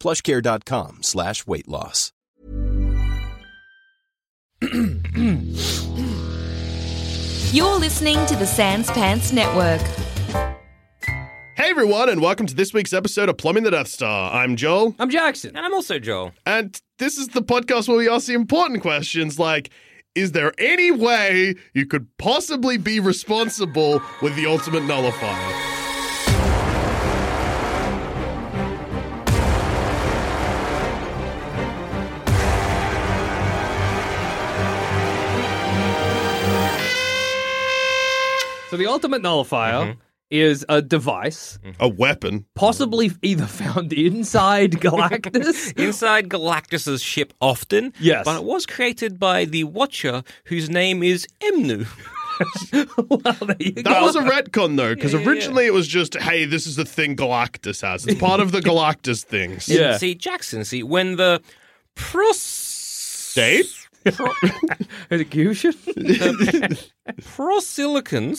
Plushcare.com slash weight loss. You're listening to the Sans Pants Network. Hey everyone, and welcome to this week's episode of Plumbing the Death Star. I'm Joel, I'm Jackson. And I'm also Joel. and this is the podcast where we ask the important questions like Is there any way you could possibly be responsible with the ultimate nullifier? So the ultimate nullifier Mm-hmm. is a device, A weapon. possibly either found inside Galactus. Inside Galactus's ship often. Yes. But it was created by the Watcher, whose name is Emnu. well, there you go. That was a retcon though, because originally it was just, hey, this is the thing Galactus has. It's part of the Galactus things. Yeah. See, Jackson, see, when the pros... Dave? Execution? prosilicons.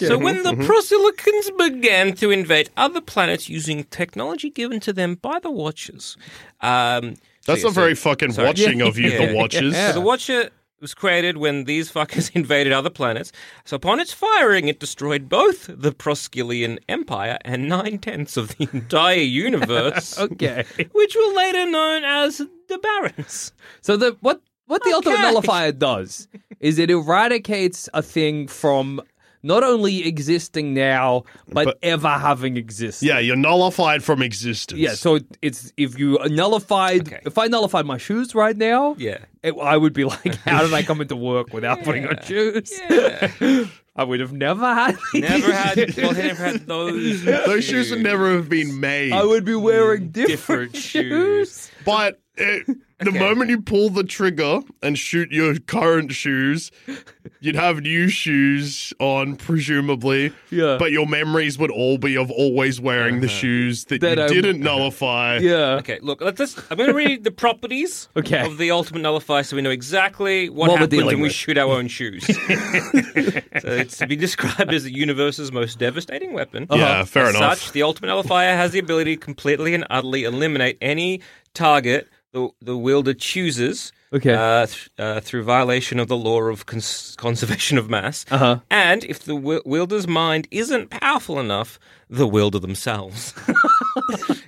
So when the prosilicons began to invade other planets using technology given to them by the Watchers, um, so That's yeah, not so- very fucking sorry. watching of you, Yeah. the Watchers. So the Watcher was created when these fuckers invaded other planets. So upon its firing, it destroyed both the Proskilian Empire and nine tenths of the entire universe, okay. which were later known as the Barons. So the what what the ultimate Okay. nullifier does is it eradicates a thing from not only existing now, but, But- ever having existed. Yeah, you're nullified from existence. Yeah, so it's if you nullified, Okay. if I nullified my shoes right now, Yeah. it, I would be like, how did I come into work without putting on shoes? I would have never had. these. Never had, well, never had those. Those shoes would never have been made. I would be wearing different, Mm, Different shoes. shoes. But it, the moment you pull the trigger and shoot your current shoes, you'd have new shoes on, presumably. Yeah. Uh-huh. But your memories would all be of always wearing the shoes that, That you I- didn't nullify. Yeah. Okay, look, let's, just- I'm going to read the properties Okay. of the ultimate nullifier so we know exactly what, What we're happens dealing when we with. shoot our own shoes. so it's to be described as the universe's most devastating weapon. Uh-huh. Yeah, fair as enough. such, the ultimate nullifier has the ability to completely and utterly eliminate any target the, the wielder chooses. Okay. Uh, th- uh, through violation of the law of cons- conservation of mass. Uh-huh. And if the wi- wielder's mind isn't powerful enough, the wielder themselves.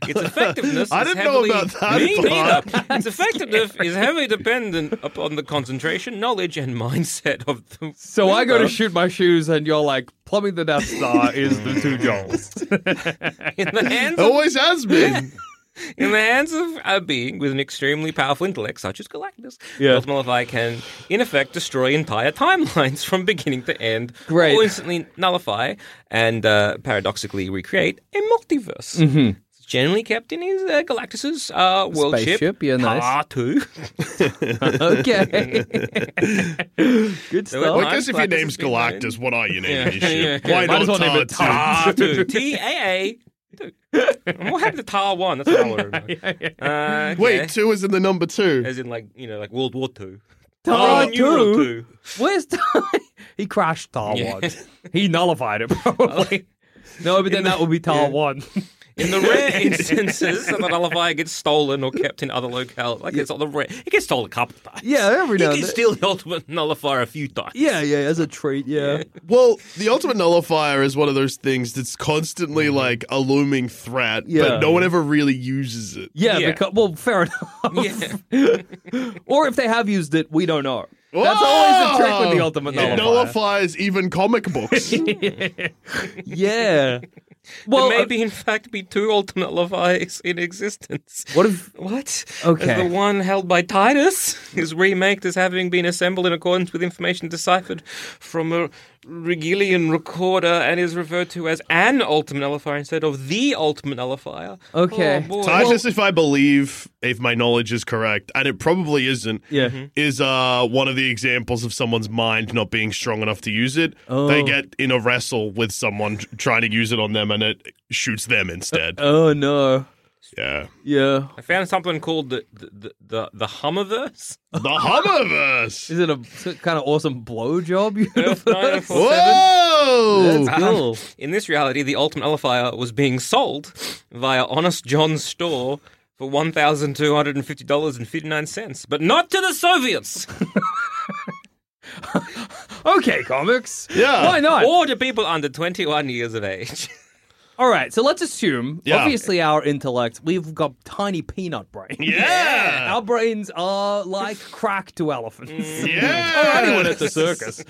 its effectiveness I is didn't know heavily- about that Me part. neither. Its effectiveness is heavily dependent upon the concentration, knowledge, and mindset of the So I go to wielder. shoot my shoes, and you're like, plumbing the Death Star is the two Joels. in the hands of Always has been. In the hands of a being with an extremely powerful intellect, such as Galactus, Yeah. the Ultimate Nullifier can, in effect, destroy entire timelines from beginning to end, Great. or instantly nullify and uh, paradoxically recreate a multiverse. It's Generally kept in his uh, Galactus's uh, world Spaceship, yeah, nice. Tartu. okay. Good it Well, stuff. I guess if your Glad this name's has been made. Galactus, what are you naming Yeah, your ship? yeah, yeah. Why Might as not well name it Tartu? Ah, Tartu. T A A. I'm more happy to Tar One. That's what I want to remember. Uh, okay. Wait, two is in the number two. as in like you know, like World War Two. Oh, Tar New World Two? Two. Where's Tar? he Oh. crashed Tar One. He nullified it probably. No, but then that would be Tar One. In the rare instances that the nullifier gets stolen or kept in other locales, like it's not the rare, it gets stolen a couple of times. Yeah, every you now and can then. steal the ultimate nullifier a few times. Yeah, yeah, as a treat, yeah. Well, the ultimate nullifier is one of those things that's constantly like a looming threat, Mm-hmm. Yeah. but no one ever really uses it. Yeah, Yeah. because well, fair enough. Yeah. or if they have used it, we don't know. That's always the trick with the Whoa! ultimate It nullifier. nullifies even comic books. Yeah. There Well, may uh, be, in fact, be two ultimate nullifiers in existence. what if? What? As Okay. The one held by Titus is remaked as having been assembled in accordance with information deciphered from a Rigelian recorder and is referred to as an ultimate nullifier instead of the ultimate nullifier. Okay. Oh, boy. Titus, if I believe, if my knowledge is correct, and it probably isn't, Yeah. is uh, one of the examples of someone's mind not being strong enough to use it. Oh. They get in a wrestle with someone tr- trying to use it on them, and it shoots them instead. Oh no. yeah, Yeah. I found something called the the the, the, the Hummerverse. the Hummerverse. Is it a kind of awesome blowjob universe? Whoa! That's cool. In this reality, the ultimate nullifier was being sold via Honest John's store for one thousand two hundred and fifty dollars and fifty nine cents, but not to the Soviets Okay, comics. Yeah. Why not? or to people under twenty one years of age. All right, so let's assume, Yeah. obviously, our intellect, we've got tiny peanut brains. Yeah. Our brains are like crack to elephants. Yeah. Or anyone at the circus.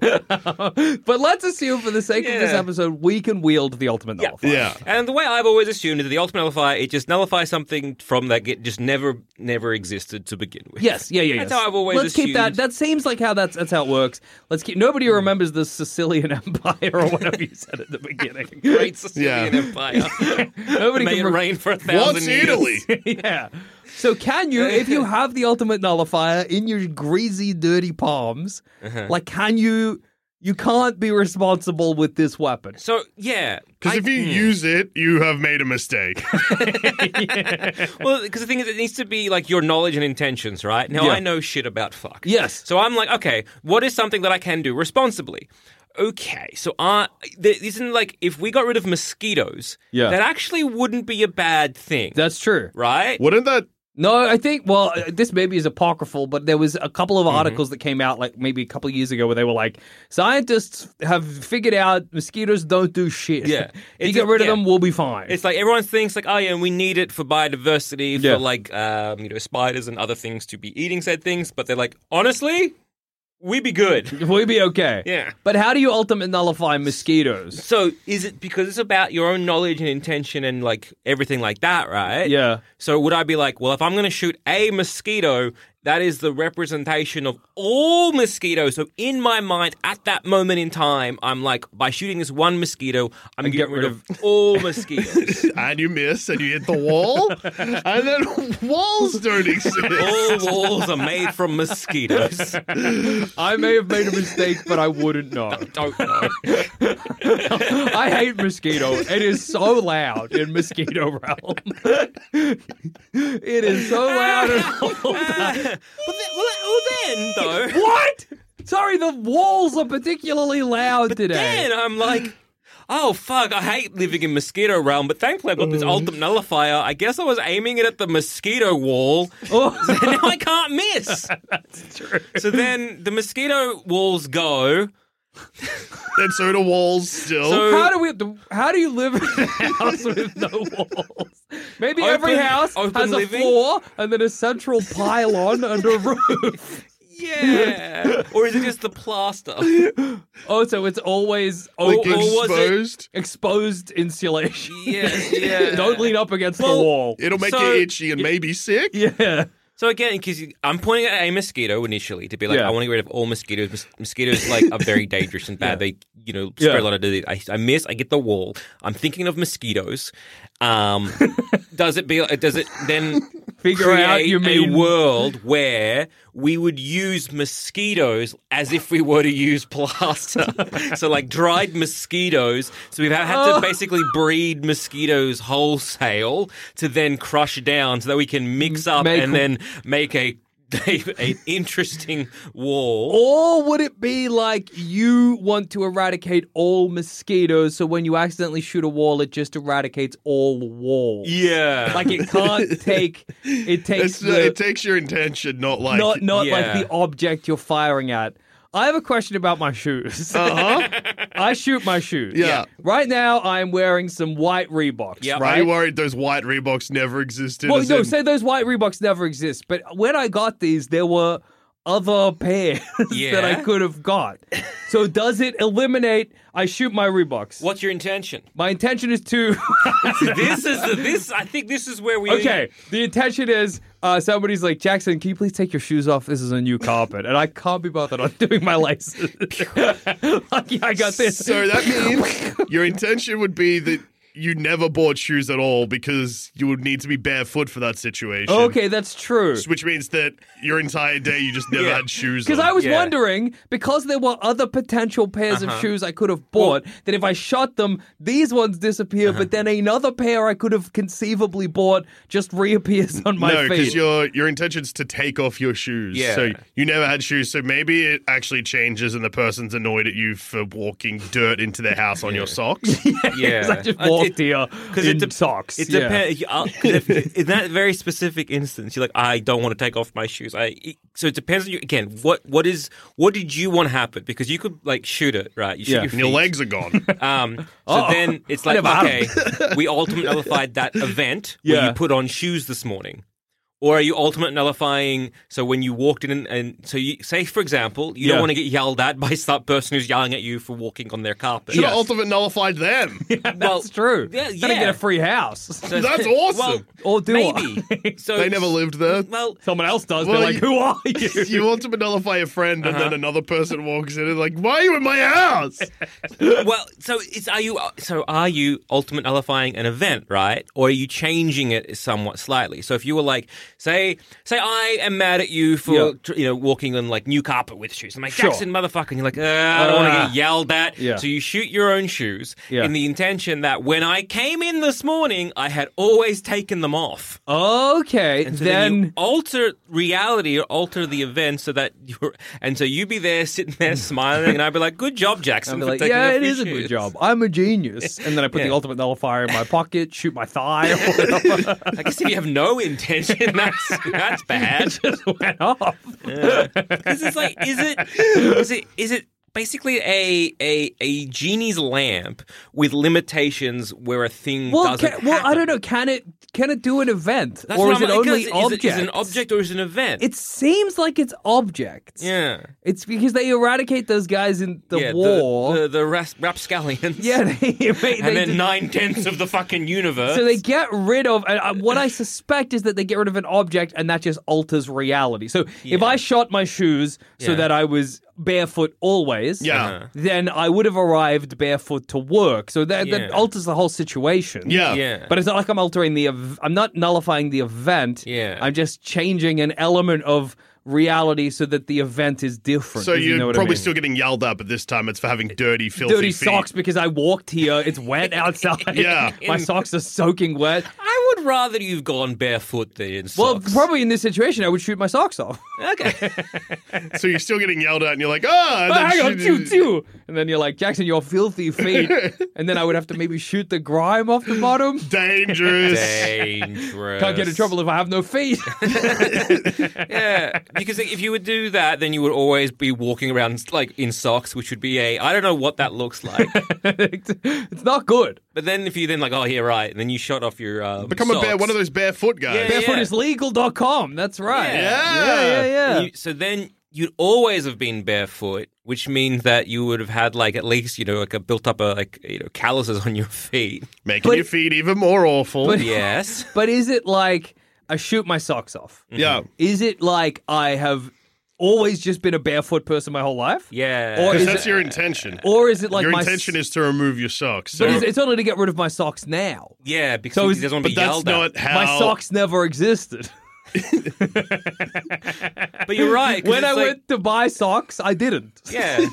but let's assume, for the sake of this Yeah. episode, we can wield the ultimate Yeah. nullifier. Yeah. And the way I've always assumed is that the ultimate nullifier it just nullifies something from that it just never never existed to begin with. Yes, yeah, yeah, That's yes. how I've always Let's keep that. assumed. That seems like how that's that's how it works. Let's keep. Nobody Hmm. remembers the Sicilian Empire or whatever you said at the beginning. Great Sicilian Yeah. Empire. Nobody May can it re- rain for a thousand What's years. Italy? yeah. So can you, if you have the ultimate nullifier in your greasy, dirty palms, Uh-huh. like can you? You can't be responsible with this weapon. So yeah, Because I- if you Hmm. use it, you have made a mistake. Well, because the thing is, it needs to be like your knowledge and intentions, right? Now, Yeah. I know shit about fuck. Yes. So I'm like, okay, what is something that I can do responsibly? Okay, so uh, there isn't like if we got rid of mosquitoes, Yeah. that actually wouldn't be a bad thing, That's true. right? Wouldn't that? No, I think. Well, uh, this maybe is apocryphal, but there was a couple Mm-hmm. of articles that came out like maybe a couple of years ago where they were like, scientists have figured out mosquitoes don't do shit. Yeah. you It's get a- rid of yeah. them, we'll be fine. It's like everyone thinks like, oh yeah, we need it for biodiversity, Yeah. for like um, you know spiders and other things to be eating said things, but they're like, honestly, we be good. we'll be okay. Yeah. But how do you ultimate nullify mosquitoes? So is it because it's about your own knowledge and intention and like everything like that, right? Yeah. So would I be like, well, if I'm going to shoot a mosquito, that is the representation of all mosquitoes. So in my mind, at that moment in time, I'm like, by shooting this one mosquito, I'm getting get rid rid of all mosquitoes. And you miss, and you hit the wall, and then walls don't exist. all walls are made from mosquitoes. I may have made a mistake, but I wouldn't know. Don't know. I hate mosquito. It is so loud in mosquito realm. it is so loud. And Well, then, well, then though, what? Sorry, the walls are particularly loud today. then I'm like. Oh fuck! I hate living in mosquito realm, but thankfully I've got Mm. this ultimate nullifier. I guess I was aiming it at the mosquito wall, Oh, now I can't miss. So then the mosquito walls go. and so do walls still. So- how do we? How do you live in a house with no walls? Maybe every Open- house open has living? a floor and then a central pylon and a roof. Yeah. or is it just the plaster? Oh, so it's always like oh, or was it- exposed, exposed insulation. Yeah, yeah. Don't lean up against the wall. it, will make So- you itchy and maybe sick. yeah. So again, because I'm pointing at a mosquito initially to be like, Yeah. I want to get rid of all mosquitoes. Mos- mosquitoes like are very dangerous and bad. They, you know, spread Yeah. a lot of disease. I, I miss. I get the wall. I'm thinking of mosquitoes. Um, does it be? uh, Does it then Figure create out you mean- a world where we would use mosquitoes as if we were to use plaster? so like dried mosquitoes. So we've had Oh. to basically breed mosquitoes wholesale to then crush down so that we can mix up Make- and then make a Dave, an interesting war. Or would it be like you want to eradicate all mosquitoes, so when you accidentally shoot a wall, it just eradicates all walls? Yeah. Like it can't take. It takes. It's, uh, the- it takes your intention, not like not not Yeah. like the object you're firing at. I have a question about my shoes. Uh huh. I shoot my shoes. Yeah. Right now, I am wearing some white Reeboks. Yep. Are Right. you worried those white Reeboks never existed? well, as no, in- say those white Reeboks never exist. But when I got these, there were other pairs that I Yeah? could have got. So does it eliminate? I shoot my Reeboks. What's your intention? My intention is to. this is the, this. I think this is where we. okay. The intention is uh, somebody's like Jackson. Can you please take your shoes off? This is a new carpet, and I can't be bothered on doing my laces. Lucky I got this. so that means your intention would be that you never bought shoes at all because you would need to be barefoot for that situation. Okay, that's true. Which means that your entire day you just never Yeah. had shoes. Because on. I was Yeah. Uh-huh. wondering, because there were other potential pairs of shoes I could have bought, that if I shot them, these ones disappear, Uh-huh. but then another pair I could have conceivably bought just reappears on my no, feet. because your your intention's to take off your shoes. Yeah. So you never had shoes, so maybe it actually changes and the person's annoyed at you for walking dirt into their house on your socks. Yeah. I just walked here in de- socks. It yeah. depends. uh, in that very specific instance, you're like, I don't want to take off my shoes. I so it depends on you again. What what is what did you want to happen? Because you could like shoot it, right? You shoot Yeah. your feet. and your legs are gone. Um, so Oh. then it's I like, never okay, had we ultimate nullified that event where Yeah. you put on shoes this morning. Or are you ultimate nullifying? So when you walked in, and, and so you say, for example, you Yeah. don't want to get yelled at by some person who's yelling at you for walking on their carpet. Should have ultimate nullified them. well, That's true. Yeah, Then I yeah. get a free house. So- That's awesome. or do I? maybe. So They never lived there. Well, Someone else does. Well, They're like, you- who are you? You ultimate nullify a friend, and then Uh-huh. another person walks in and like, "Why are you in my house?" well, so it's are you so are you ultimate nullifying an event, right? Or are you changing it somewhat slightly? So if you were like, say, say I am mad at you for Yeah. tr- you know walking on like new carpet with shoes. I'm like Sure. Jackson, motherfucker. And you're like, uh, I don't want to Ah. get yelled at. Yeah. So you shoot your own shoes Yeah. in the intention that when I came in this morning, I had always taken them off. okay, And so then, then. you alter reality or alter the event so that you're, and so you be there sitting there smiling, and I'd be like, "Good job, Jackson." Mm. I'd for be like, taking yeah, off it your is a good shoes." job. I'm a genius. And then I put Yeah. the ultimate nullifier in my pocket, shoot my thigh, or whatever. I guess if you have no intention, that's that's bad. just went off. Because it's like, is it is it is it basically a a a genie's lamp with limitations where a thing Well, doesn't can, well, I happen? don't know. Can it can it do an event, That's or what is I'm it like, only is it- Is it, objects? is it an object or is it an event? It seems like it's objects. yeah. it's because they eradicate those guys in the yeah, war. the, the, the ras- rapscallions. yeah, they, they, and they then nine tenths of the fucking universe. So they get rid of, and uh, what I suspect is that they get rid of an object, and that just alters reality. So if I shot my shoes so Yeah. that I was barefoot always, Yeah. Uh-huh. then I would have arrived barefoot to work. So that, that Yeah. alters the whole situation. Yeah. yeah, But it's not like I'm altering the. Ev- I'm not nullifying the event. Yeah. I'm just changing an element of reality so that the event is different. So if you you're know what I probably mean. still getting yelled at, but this time it's for having dirty, filthy dirty feet. socks because I walked here. It's wet outside. Yeah. my socks are soaking wet. I would rather you've gone barefoot than in Well, socks. probably in this situation, I would shoot my socks off. okay. So you're still getting yelled at, and you're like, "Ah!" Oh, and then hang on, she- two, two. And then you're like, Jackson, your filthy feet. and then I would have to maybe shoot the grime off the bottom. Dangerous. Dangerous. Can't get in trouble if I have no feet. Yeah, because if you would do that, then you would always be walking around like in socks, which would be a I don't know what that looks like. it's, it's not good. but then if you then like oh yeah right, and then you shot off your um, Become a bear, socks. one of those barefoot guys. Yeah. Barefootislegal.com. That's right. Yeah. Yeah, yeah, yeah. You- so then you'd always have been barefoot, which means that you would have had like at least you know like a built up a like you know calluses on your feet. Making But- your feet even more awful. but- Yes. But is it like I shoot my socks off? yeah. Is it like I have always just been a barefoot person my whole life? Yeah. Or Because is that's it, your intention. or is it like your my intention is to remove your socks. So, But is, it's only to get rid of my socks now. Yeah, because So is- he doesn't want but to be that's yelled at. not how. My socks never existed. But you're right. 'cause when it's I like- went to buy socks, I didn't. yeah,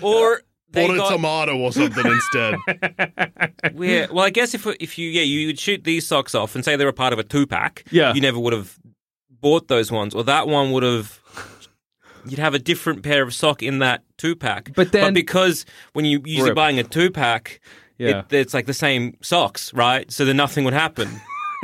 or they Bought a got- tomato or something instead. Yeah, Hmm. well, I guess if if you yeah you would shoot these socks off and say they were part of a two pack, Yeah. you never would have bought those ones, or that one would have. You'd have a different pair of sock in that two pack. But then- because when you usually Rip. buying a two pack, Yeah. it, it's like the same socks, right? So then nothing would happen.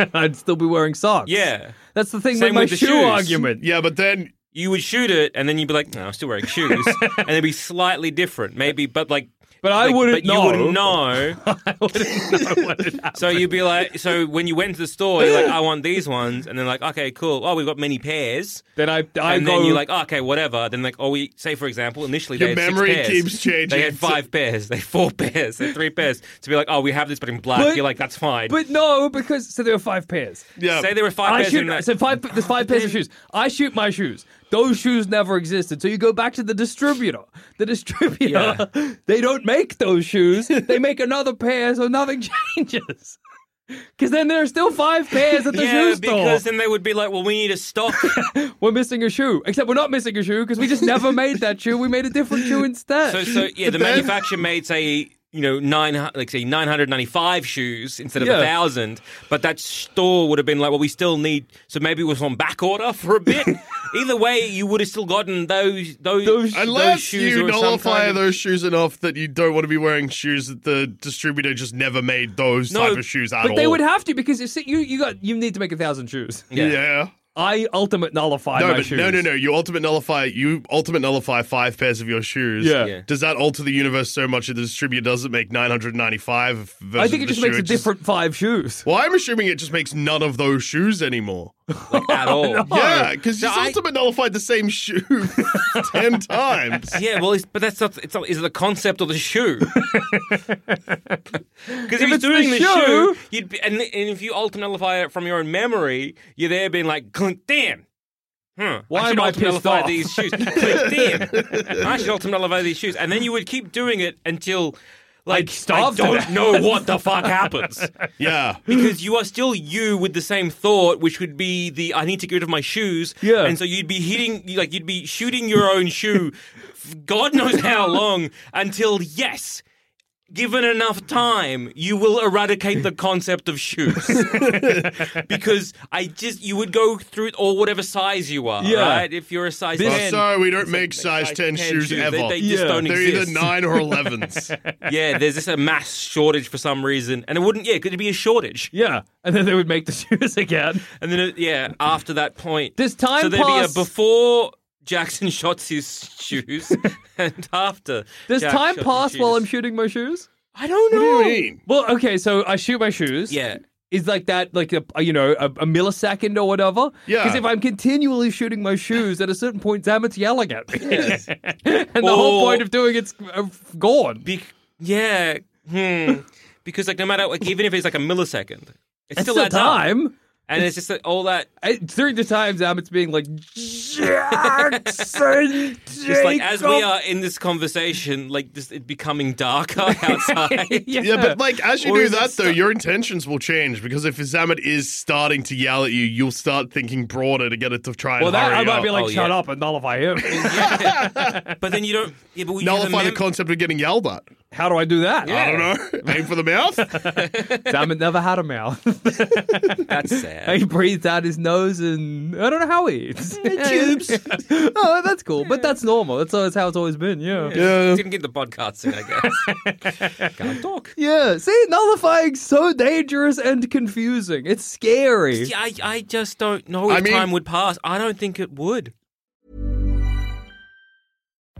I'd still be wearing socks. Yeah. That's the thing Same with my with the shoe shoes. argument. Yeah, but then You would shoot it, and then you'd be like, "No, I'm still wearing shoes," and they'd be slightly different, maybe. But like, But I like- wouldn't but You wouldn't know. I wouldn't know what it So you'd be like, so when you went to the store, you're like, I want these ones, and then like, okay, cool. Oh, we've got many pairs. Then I, I and go. then you're like, oh, okay, whatever. Then like, oh, we say for example, initially Your they had memory six pairs. keeps changing. They had five pairs. They had four pairs. They had three pairs. To be like, oh, we have this, but in black. But- you're like, that's fine. but no, because so there were five pairs. yeah, say there were five I pairs in shoot. that. So five. There's five pairs of shoes. I shoot my shoes. Those shoes never existed. So you go back to the distributor. The distributor. They don't make those shoes. They make another pair, so nothing changes. Because then there are still five pairs at the yeah, shoe store. because then they would be like, well, we need a stock. We're missing a shoe. Except we're not missing a shoe because we just never made that shoe. We made a different shoe instead. so so yeah, the manufacturer made say. You know, nine hu- like say nine hundred ninety five shoes instead of a Yeah. thousand, but that store would have been like, well, we still need. So maybe it was on back order for a bit. Either way, you would have still gotten those those, Those- those Unless shoes you or some nullify kind of- those shoes enough that you don't want to be wearing shoes that the distributor just never made those No, type of shoes at but all. they would have to because you see, you you got you need to make a thousand shoes. yeah. I ultimate nullify No, my but shoes. no, no, no. You ultimate nullify. You ultimate nullify five pairs of your shoes. Yeah. Yeah. Does that alter the universe so much that the distributor doesn't make nine hundred ninety-five? I think it just makes a different five shoes. Well, I'm assuming it just makes none of those shoes anymore. Oh. at all. Yeah, because So you I- ultimate nullified the same shoe ten times. Yeah, well, it's, but that's not. It's not. Is it the concept of the shoe? Because if, you're it's the doing the, shoe- shoe, you'd be, and, and if you ultimate nullify it from your own memory, you're there being like, "Clink, damn. Huh, Why I should am I ultimate pissed nullify off?" these shoes? Clink, damn. I should ultimate nullify these shoes, and then you would keep doing it until. Like, I starve to don't death. know what the fuck happens. Yeah. Because you are still you with the same thought, which would be the I need to get rid of my shoes. Yeah. And so you'd be hitting, like you'd be shooting your own shoe, f- God knows how long, until yes, given enough time, you will eradicate the concept of shoes. because I just you would go through or whatever size you are, Yeah. right? If you're a size This- Oh, ten. sorry, we don't make size 10 shoes They- ever. They, just Yeah. Oh, don't They're exist. either nine or elevens. Yeah, there's just a mass shortage for some reason, and it wouldn't. Yeah, could it be a shortage? Yeah, and then they would make the shoes again. And then, uh, yeah, after that point, Does time So there'd pass- be a before Jackson shots his shoes and after. Does Jack time shot his pass while shoes. I'm shooting my shoes? I don't What know. do you mean? Well, okay, so I shoot my shoes. Yeah. Is like that, like a you know a, a millisecond or whatever. Yeah. Because if I'm continually shooting my shoes, at a certain point, Zammit's yelling at me, and the Or- whole point of doing it's uh, gone. Be- yeah. Hmm. Because like no matter like even if it's like a millisecond, it's It's still, still adds up. time. and it's just like, all that. I, during the time, Zammit's being like Jackson, Just like as we Jacob." are in this conversation, like just it becoming darker outside. yeah. Yeah, but like as you Or do is it that, though, sta- your intentions will change because if Zamet is starting to yell at you, you'll start thinking broader to get it to try and well, that hurry I might up. be like, Oh, shut yeah. up and nullify him. Yeah. But then you don't. Yeah, but we nullify the mem- concept of getting yelled at. How do I do that? I don't know. Aim for the mouth. Zammit never had a mouth. That's sad. he breathes out his nose, and I don't know how he eats. Tubes. oh, that's cool, but that's normal. That's, that's how it's always been. Yeah. yeah. Didn't get the podcasting, I guess. Can't talk. see, nullifying's so dangerous and confusing. It's scary. Yeah, I, I just don't know if I mean- time would pass. I don't think it would.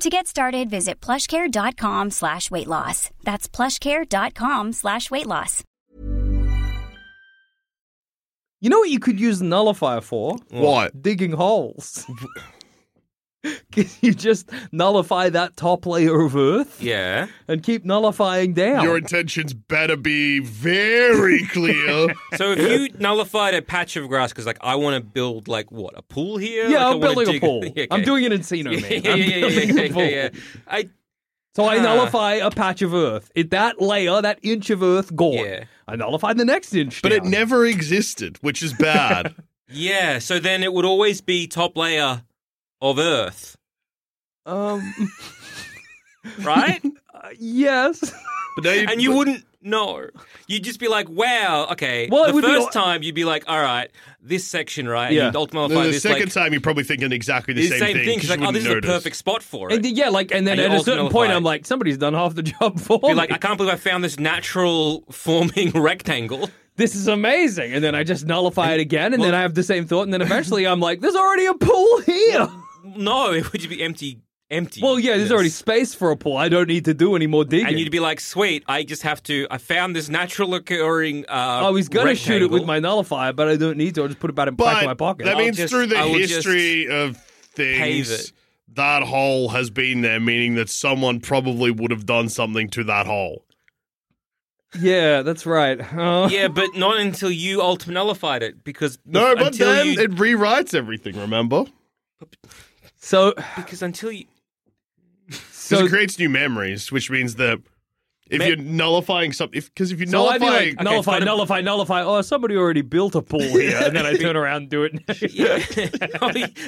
To get started, visit plushcare.com slash weight loss. That's plushcare.com slash weight loss. You know what you could use nullifier for? What? Digging holes. Can you just nullify that top layer of Earth Yeah. and keep nullifying down? Your intentions better be very clear. So if you nullified a patch of grass because, like, I want to build, like, what, a pool here? Like, yeah, I I'm wanna building a dig- pool. Yeah, I'm okay. doing an Encino, man. Yeah, yeah, I'm yeah, yeah, building a yeah, pool. yeah, yeah. I So I Huh. nullify a patch of Earth. It, that layer, that inch of Earth, gone. Yeah. I nullify the next inch. but it down. never existed, which is bad. yeah. So then it would always be top layer of Earth, Um, right? uh, yes. But now you, and you wouldn't know. You'd just be like, "Wow, okay." Well, it the would be first like- time you'd be like, "All right, this section, right?" Yeah. And you'd ultimately the, nullify the this second like time you're probably thinking exactly the, this same, thing. 'cause It's like, you "Oh, this is the wouldn't notice. perfect spot for it." And yeah, like, and then And you at a also certain point, nullify I'm it. like, somebody's done half the job for Be me. like, "I can't believe I found this natural forming rectangle." this is amazing. And then I just nullify it again, and then I have the same thought, and then eventually I'm like, there's already a pool here. No, it would just be empty, empty. Well, yeah, there's already space for a pool. I don't need to do any more digging. And you'd be like, "Sweet, I just have to. I found this natural occurring." Uh, I was gonna shoot it with rectangle. my nullifier, but I don't need to. I'll just put it back in, back But in my pocket. that I'll means just- through the I will history of pave things, it. that hole has been there, meaning that someone probably would have done something to that hole. yeah, that's right. Uh, Yeah, but not until you ultimate nullified it, because No, but until then you- it rewrites everything, remember? So, because until you Because so it creates new memories, which means that if Ma- you're nullifying something, because if, you're So I'd be nullifying, like, nullify, nullify, nullify. Oh, somebody already built a pool here, and then I turn around and do it. Yeah.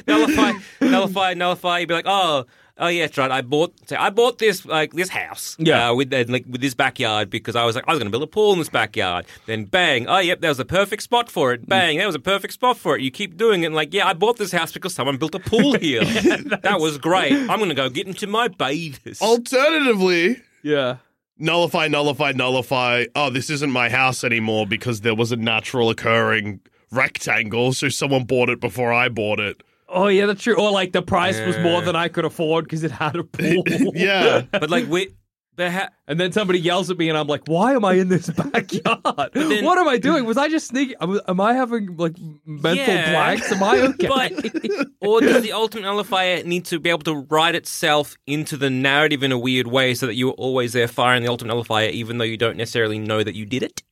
nullify, nullify, nullify. You'd be like, oh, oh yeah, that's right. I bought, so I bought this like this house, Yeah. uh, with that like with this backyard because I was like, I was going to build a pool in this backyard. Then bang, oh yep, that was the perfect spot for it. Bang, that was a perfect spot for it. You keep doing it, and like, yeah, I bought this house because someone built a pool here. that was great. I'm going to go get into my bathers. Oh. alternatively, yeah. nullify, nullify, nullify. Oh, this isn't my house anymore because there was a natural occurring rectangle, so someone bought it before I bought it. Oh, yeah, that's true. Or like the price was more than I could afford because it had a pool. Yeah. but like we. But ha- And then somebody yells at me, and I'm like, "Why am I in this backyard? then- what am I doing? Was I just sneaking? am- Am I having like mental Yeah. blanks? Am I okay? But or does the ultimate nullifier need to be able to write itself into the narrative in a weird way so that you're always there firing the ultimate nullifier even though you don't necessarily know that you did it?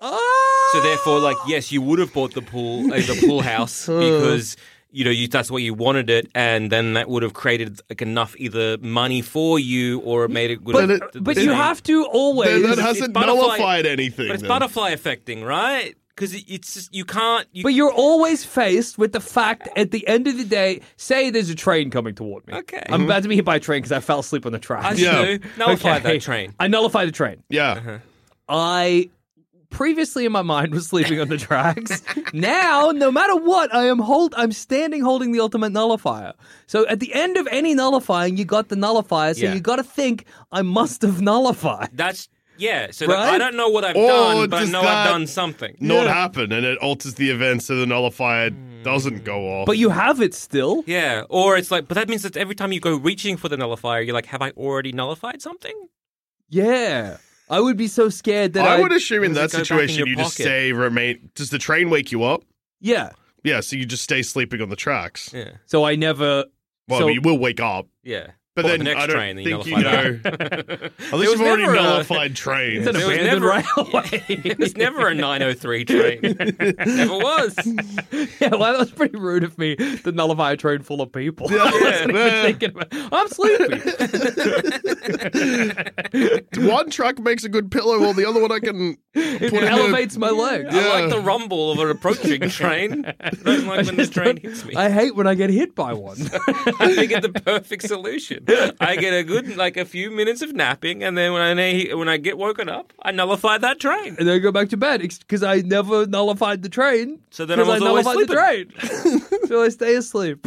Ah, So therefore, like yes, you would have bought the pool uh, the pool house because you know you that's what you wanted it, and then that would have created like enough either money for you or made it good. But it- but you have to always. Then that it's hasn't butterfly- nullified anything. but it's then. butterfly affecting, right? Because it, it's just, you can't. You, But you're always faced with the fact at the end of the day, say there's a train coming toward me. Okay. I'm about to be hit by a train because I fell asleep on the track. I Mm-hmm. Yeah. do nullify Okay. that train. I nullify the train. Yeah. I previously in my mind was sleeping on the tracks. now, no matter what, I am hold I'm standing holding the ultimate nullifier. So at the end of any nullifying, you got the nullifier, so Yeah. you gotta think I must have nullified. That's yeah. So like, Right? I don't know what I've Or done, but I does know that- I've done something. Not happen, and it alters the event so the nullifier Hmm. doesn't go off. But you have it still. Yeah. Or it's like, but that means that every time you go reaching for the nullifier, you're like, have I already nullified something? Yeah. I would be so scared that I I'd- would assume in Does that it go back in situation your you just pocket? stay remain. Does the train wake you up? Yeah. Yeah, so you just stay sleeping on the tracks. Yeah. So I never Well, so- you will wake up. Yeah. But Or then the next I don't train, the think you know. nullified At least was you've already never a- nullified trains. It's an There was abandoned never- railway. There's never a 903 train. never was. yeah, well, that was pretty rude of me to nullify a train full of people. I wasn't even Yeah. thinking about I'm sleepy. one truck makes a good pillow, while the other one I can It put in a elevates my legs. I like the rumble of an approaching train. I don't like when the train hits me. I hate when I get hit by one. I think it's the perfect solution. I get a good like a few minutes of napping, and then when I when I get woken up, I nullify that train. and then I go back to bed because I never nullified the train. So then I 'cause was always nullified the train. so I stay asleep.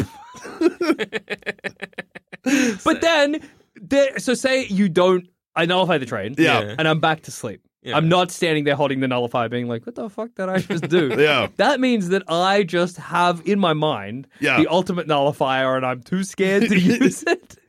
but then, there, so say you don't, I nullify the train. Yeah. And I'm back to sleep. Yeah. I'm not standing there holding the nullifier, being like, what the fuck did I just do? Yeah. That means that I just have in my mind Yeah. the ultimate nullifier and I'm too scared to use it.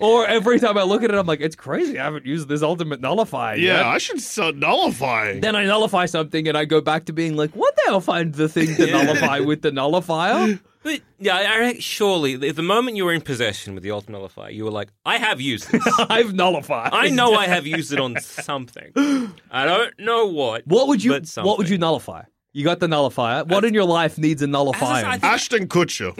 Or every time I look at it, I'm like, it's crazy. I haven't used this ultimate nullifier Yeah, yet." I should start nullifying. then I nullify something and I go back to being like, what the hell find the thing to nullify with the nullifier? But yeah, I, I surely the, the moment you were in possession with the Alt Nullifier, you were like, I have used this. I've nullified. I know I have used it on something. I don't know what. What would you But what would you something. nullify? You got the nullifier. What in your life needs a nullifier? I think- Ashton Kutcher.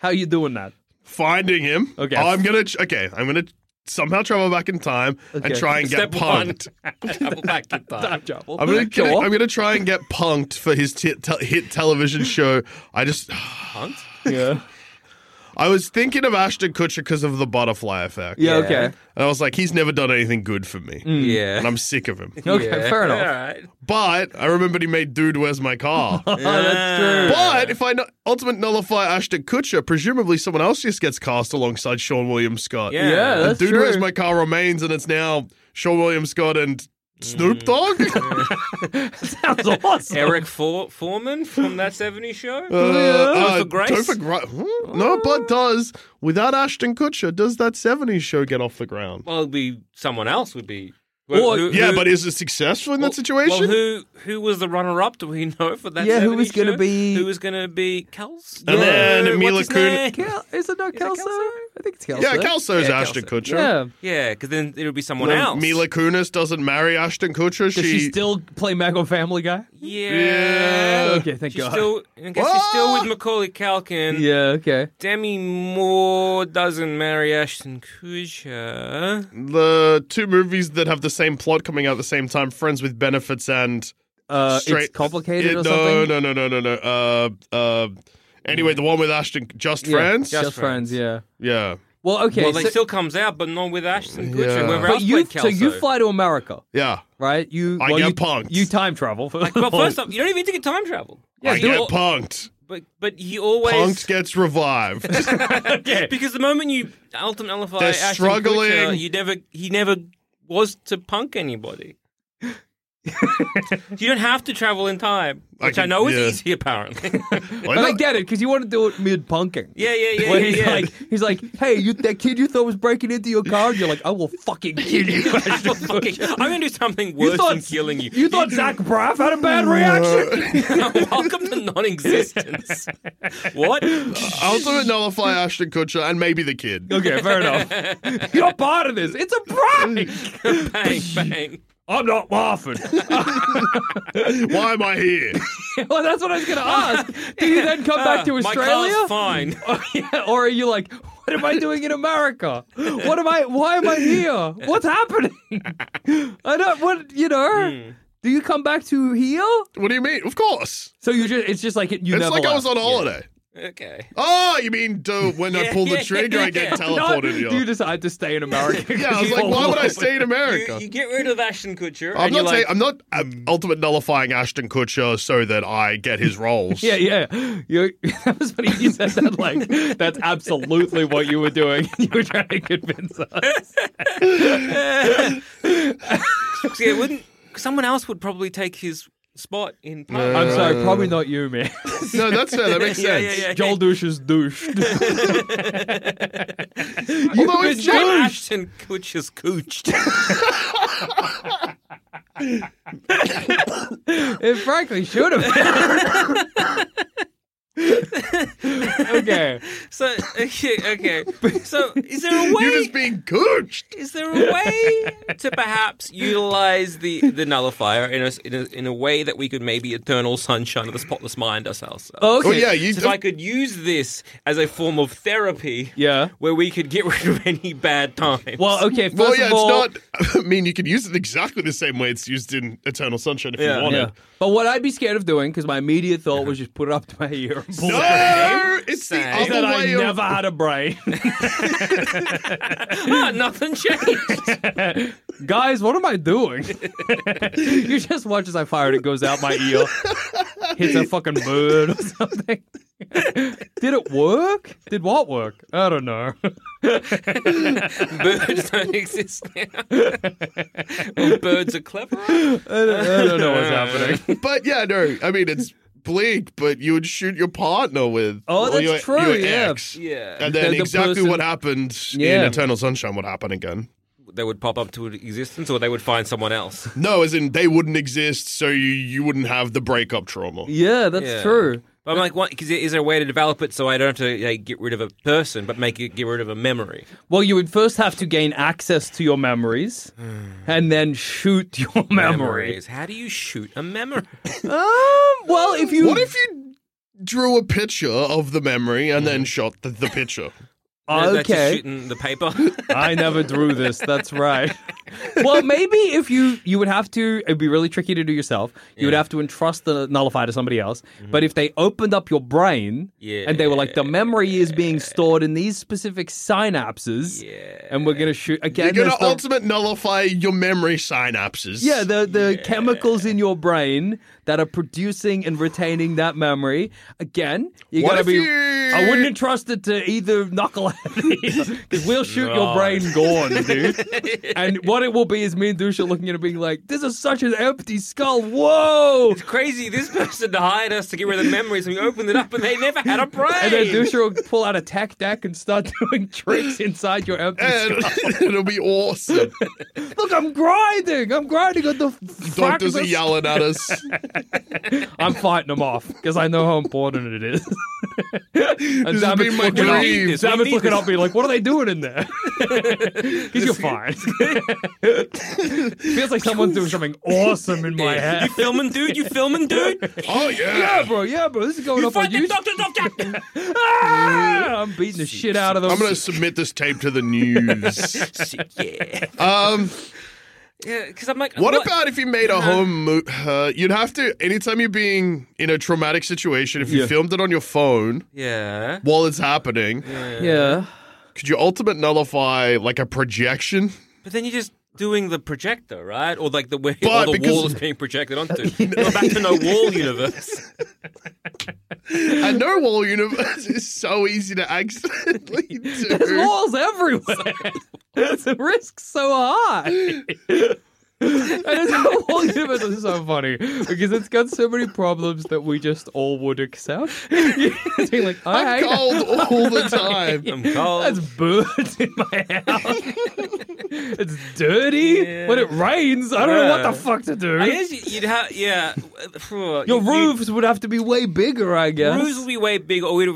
How you doing that? finding him. Okay. I'm gonna. Ch- okay, I'm gonna somehow travel back in time Okay. and try and Step get one. punked. Travel back in time. Time travel. I'm gonna. Go on. I'm gonna try and get punked for his t- te- hit television show. I just. Hunt? yeah. I was thinking of Ashton Kutcher because of the butterfly effect. yeah. Mm. Okay. And I was like, he's never done anything good for me, Hmm. Yeah. and I'm sick of him. Okay. Yeah. Fair enough. All right. But I remembered he made "Dude, Where's My Car." Oh, that's true. But if I nu- ultimate nullify Ashton Kutcher, presumably someone else just gets cast alongside Sean William Scott. Yeah. Yeah. That's Dude, true. Where's My Car remains, and it's now Sean William Scott and Mm. Snoop Dogg. Sounds awesome. Eric For- Foreman from that 70s show? Uh, uh, Topher Grace? Topher Gra- hmm? No, Oh. but does without Ashton Kutcher, does that '70s show get off the ground? well, it'd be someone else would be. Or- yeah, but is it successful in that situation? Well, who who was the runner up? Do we know for that? Yeah, who was 70s gonna show? be- Who was going to be Kels? And then Mila Kunis- Kunis. Kel- is it not it Kelso? Kelso? I think it's Kelso. yeah, Kelso's Yeah, Ashton Kelso. Kutcher. Yeah. Yeah, because then it would be someone Then else. Mila Kunis doesn't marry Ashton Kutcher. Does she, still play Mac on Family Guy? Uh, Yeah. Uh, Yeah. Okay, thank she's God. Still, I guess she's still What? with Macaulay Culkin. Yeah. Okay. Demi Moore doesn't marry Ashton Kutcher. the two movies that have the same plot coming out at the same time: Friends with Benefits and Uh, Straight- it's complicated Yeah, or no, something. No, no, no, no, no. Uh, uh, anyway, the one with Ashton, just Yeah, friends. Just, Just friends. Friends. Yeah. yeah, Well, okay. well, they so- still comes out, but not with Ashton Kutcher. Yeah. Whoever but else you, played so you Kelso. fly to America, yeah. right? You I well, get you, punked. You time travel. Like, well, first off, you don't even get time travel. Oh. I You get al- punked. But but you always Punked gets revived. because the moment you ultimate nullify They're Ashton struggling. Kutcher, you never he never was to punk anybody. you don't have to travel in time, I which I, can- know is yeah. easy apparently. Why but I not? get it because you want to do it mid punking. yeah, yeah, yeah, Where yeah. he's yeah. like, he's like, hey, you, that kid you thought was breaking into your car, and you're like, I will fucking kill you. I will fucking- I'm going to do something You worse thought than killing you. You thought Zach Braff had a bad reaction? Welcome to non-existence. what? Ultimate nullify Ashton Kutcher and maybe the kid. okay, fair enough. You're part of this. It's a prank. bang, bang. I'm not laughing. Why am I here? well, that's what I was gonna ask. Do you then come back to Ah, Australia? My car's fine. Oh, yeah, or are you like, what am I doing in America? What am I? Why am I here? What's happening? I don't. What you know? Hmm. Do you come back to here? What do you mean? Of course. So you just it's just like it- you it's never. like I was left. on holiday. Okay. Oh, you mean duh, when I Yeah, pull the yeah, trigger, I get yeah. No, teleported? do you decide to stay in America? 'cause yeah, I was you like, fall why would I in stay in America? You, you get rid of Ashton Kutcher. I'm and you're not saying like, I'm not hmm. um, ultimate nullifying Ashton Kutcher so that I get his roles. Yeah, yeah. You, that was funny. You said that like that's absolutely what you were doing. You were trying to convince us. Yeah, wouldn't someone else would probably take his spot in part. I'm sorry, probably not you, man. No, that's fair. That makes Yeah, sense. yeah, yeah. Joel Douche is douche. Although if John Joel- Ashton Kutcher's cooched. It frankly should have. okay. So okay, okay. So is there a way? You're just being coached. is there a way to perhaps utilize the, the nullifier in a, in, a, in a way that we could maybe eternal sunshine of the spotless mind ourselves? Okay. Oh yeah, you. So if I could use this as a form of therapy, Yeah. where we could get rid of any bad times. Well, okay. First well, yeah, of all, it's not. I mean, you could use it exactly the same way it's used in Eternal Sunshine if Yeah, you wanted. Yeah. But what I'd be scared of doing, because my immediate thought was just put it up to my ear and pull No, it out, it's Same. the is that other I way. of- never had a brain. Ah, nothing changed. Guys, what am I doing? you just watch as I fire it, it goes out my ear, hits a fucking bird or something. Did it work? Did what work? I don't know. birds don't exist now. well, birds are cleverer. I don't, I don't know what's happening. but yeah, no. I mean, it's bleak, but you would shoot your partner with. Oh, or that's your, true, Your yeah. ex. Yeah. And Then then the exactly person- what happened Yeah. in Eternal Sunshine would happen again. They would pop up to existence, or they would find someone else. No, as in they wouldn't exist, so you, you wouldn't have the breakup trauma. Yeah, that's Yeah. true. But I'm like, what? Because is there a way to develop it so I don't have to like, get rid of a person, but make it get rid of a memory? Well, you would first have to gain access to your memories and then shoot your memories. Memories. How do you shoot a memory? Um, well, if you. What if you drew a picture of the memory and then shot the, the picture? Is that just Okay. shooting the paper. I never drew this. That's right. Well, maybe if you you would have to, it'd be really tricky to do yourself. You would have to entrust the nullifier to somebody else. But if they opened up your brain and they were like, the memory is being stored in these specific synapses, and we're gonna shoot again. You're there's gonna the- ultimate nullify your memory synapses. yeah, the the chemicals in your brain that are producing and retaining that memory. Again, you What gotta if be. you- I wouldn't entrust it to either knucklehead because we'll shoot No. your brain gone, dude. and what it will be is me and Dusha looking at it, being like, "This is such an empty skull." Whoa! It's crazy. This person hired us to get rid of the memories, and we opened it up, and they never had a brain. And then Dusha will pull out a tech deck and start doing tricks inside your empty And skull. it'll be awesome. Look, I'm grinding. I'm grinding at the f- Doctors E are fragments. yelling at us. I'm fighting them off because I know how important it is. and has been my looking dream. up, We Zamet's need looking this. up at me like, what are they doing in there? He's you're fine. Feels like someone's doing something awesome in my you head. filming, dude? You filming, dude? Oh Yeah, yeah. bro. Yeah, bro. This is going You up on fight the YouTube. doctor, doctor. Ah, I'm beating the shit out of them. I'm gonna submit this tape to the news. yeah. Um, Yeah. Because I'm like, what about if you made a home? Mo- uh, you'd have to anytime you're being in a traumatic situation. If you Yeah. filmed it on your phone Yeah. while it's happening, Yeah. could you ultimate nullify like a projection? But then you're just doing the projector, right? Or like the way But all the because- wall is being projected onto. We're back to no wall universe. A no wall universe is so easy to accidentally There's do. walls everywhere. the risk's so high. and it's the whole universe is so funny because it's got so many problems that we just all would accept. It's being like, I I'm hate cold all the time. I'm cold. That's birds in my house. it's dirty. When it rains, I don't know what Yeah. the fuck to do. I guess you- you'd have, yeah. Your Your roofs would have to be way bigger, I guess. Roofs would be way big, or we'd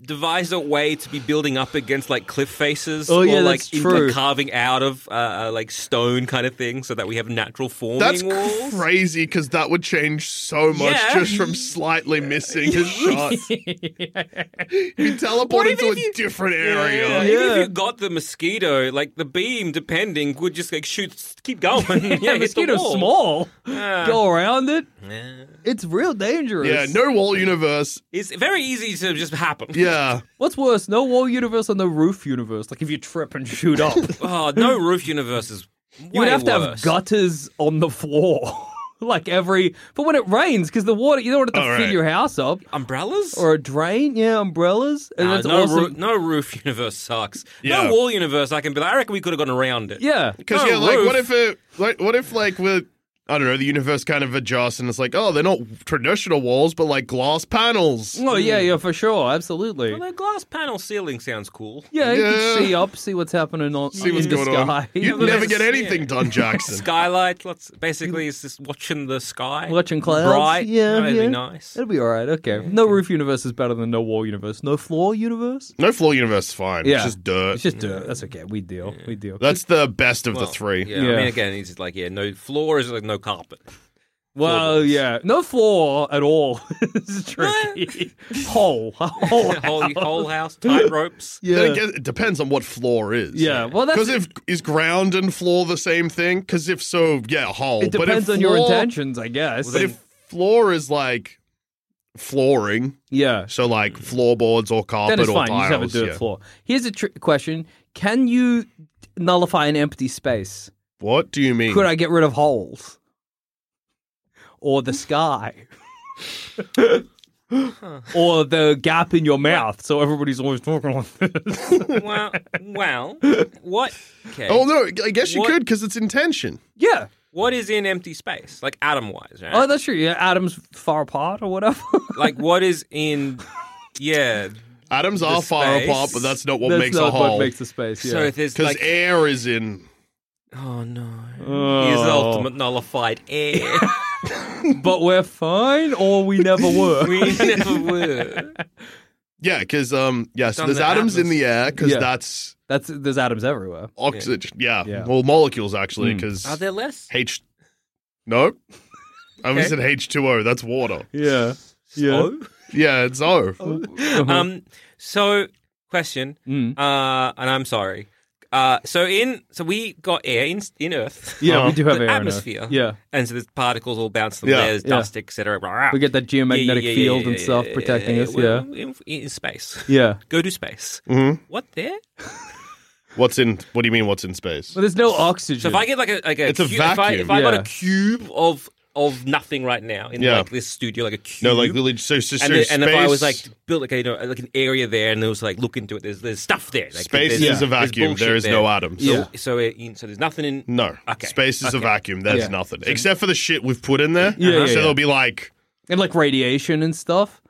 devise a way to be building up against like cliff faces, Oh, yeah, or like that's in- true. like, carving out of uh, uh, like stone kind of thing, so that we have natural forming That's walls. crazy because that would change so much Yeah. just from slightly missing a shot. you teleport What if into a you- different Yeah, area. Even if Yeah. you got the mosquito, like the beam, depending, would just like shoot, keep going. yeah, yeah, hit the mosquitoes wall. small. Yeah. Go around it. It's real dangerous. Yeah, no wall universe. It's very easy to just happen. Yeah. What's worse, no wall universe or no roof universe? Like if you trip and shoot up, you Oh, no roof universe is. would way have to have worse. gutters on the floor, like every. But when it rains, because the water, you don't have to All fill right. your house up umbrellas or a drain. Yeah, umbrellas, and Nah, that's no, also roo- no roof universe sucks. Yeah. No wall universe I can be. I reckon we could have gone around it. yeah. Because No yeah, like what if roof. it? Like, what if like with I don't know, the universe kind of adjusts and it's like, oh, they're not traditional walls, but like glass panels. Mm. Oh yeah, yeah, for sure, absolutely. Well, the glass panel ceiling sounds cool. yeah, you Yeah. can see up, see what's happening on See what's in the going on. sky. You'd never get Yeah. anything done, Jackson. Skylight. Lots, basically, it's just watching the sky. Watching clouds. Bright. Yeah, That'd yeah. be nice. It'll be all right. Okay. No roof universe is better than no wall universe. No floor universe. No floor universe is fine. Yeah. It's just dirt. It's just dirt. That's okay. We deal. We deal. That's the best of Well, the three. Yeah, I Yeah. mean, again, it's just like yeah, no floor is like no carpet. well, floorboards. yeah. No floor at all. this is tricky. hole. A Hole. whole, whole house, tight ropes. Then Yeah. again, it depends on what floor is. Yeah, well, that's- because if is ground and floor the same thing? Because if so, yeah, hole. It depends but if on your floor- intentions, I guess. But if floor is like flooring, yeah. so like floorboards or carpet Then it's or fine. You tiles, just have a dirt yeah. floor. Here's a tr- question: Can you nullify an empty space? What do you mean? Could I get rid of holes or the sky? or the gap in your mouth, so everybody's always talking like this. Well, well, what? Okay. Oh no, I guess you What- could because it's intention. yeah. What is in empty space? Like atom wise, right? Oh, that's true. Yeah, atoms far apart or whatever. like what is in? Yeah. Atoms are far space. apart, but that's not what that's makes not a hole. what makes the space. Yeah. So if there's Because like, air is in. oh no, Oh. he's the ultimate nullified air. but we're fine, or we never were. we never were. Yeah, because um, yeah, so Done there's the atoms in atmos. the air because Yeah. that's That's there's atoms everywhere. oxygen. Yeah. Yeah. well, molecules actually Mm. because Are there less? H. No, I was Okay. said H two O. That's water. Yeah. Yeah. Uh-huh. Oh? Yeah, it's O. Um. So, question. Mm. Uh, and I'm sorry. Uh, so in so we got air in in Earth. Yeah, we do have The air in Earth. atmosphere. Yeah. and so there's particles all bounce them. Yeah. There's Yeah. dust, etc. We get that geomagnetic field and stuff protecting us. Yeah. Mm-hmm. in, in space. Yeah. Go to space. Mhm. What there? What's in? What do you mean? What's in space? Well, there's no oxygen. So if I get like a like a It's a cu- if I, if I got vacuum. a cube of of nothing right now in Yeah. like this studio, like a cube. No, like literally. So, so, so and, the- space, and if I was like to build like you know like an area there, and there was like look into it, there's there's stuff there. Like, space there's, is a there's vacuum. bullshit There is no atoms. Yeah. So, so, it, in- so there's nothing in. No, Okay. space is a vacuum. There's Yeah. nothing except for the shit we've put in there. Yeah, yeah, so yeah. there'll be like, and like radiation and stuff.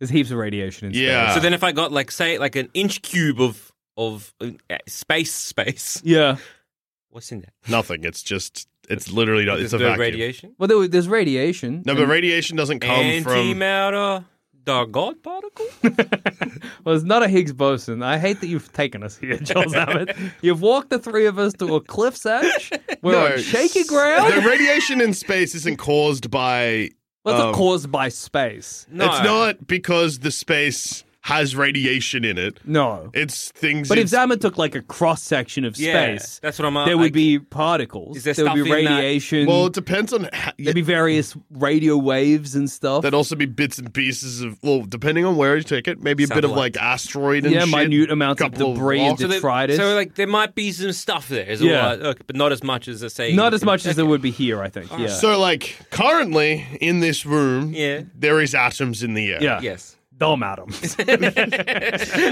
There's heaps of radiation in Yeah. space. So then if I got like say like an inch cube of of uh, space space, Yeah. what's in that? nothing. It's just. It's literally not. It's There's a no vacuum. radiation. Well, there, there's radiation. No, but radiation doesn't come from. Antimatter. The God particle? Well, it's not a Higgs boson. I hate that you've taken us here, Charles Abbott. You've walked the three of us to a cliff's edge. We're No. on shaky The ground. radiation in space isn't caused by What's um, not caused by space? No. It's not because the space has radiation in it. No. It's things. But if it's, Zaman took like a cross section of Yeah, space, that's what I'm There would like- be particles. Is there would be stuff in that- radiation. well, it depends on. How, there'd be various radio waves and stuff. There'd also be bits and pieces of. Well, depending on where you take it, maybe a bit of Satellite. like asteroid and yeah, shit, minute amounts of couple debris and rocks. So there- detritus. So like there might be some stuff there, is Yeah. all I- okay, but not as much as I say. Not as much as there would be here, I think. Yeah. So, like currently in this room, Yeah. there is atoms in the air. yeah. Yes. Dumb atoms.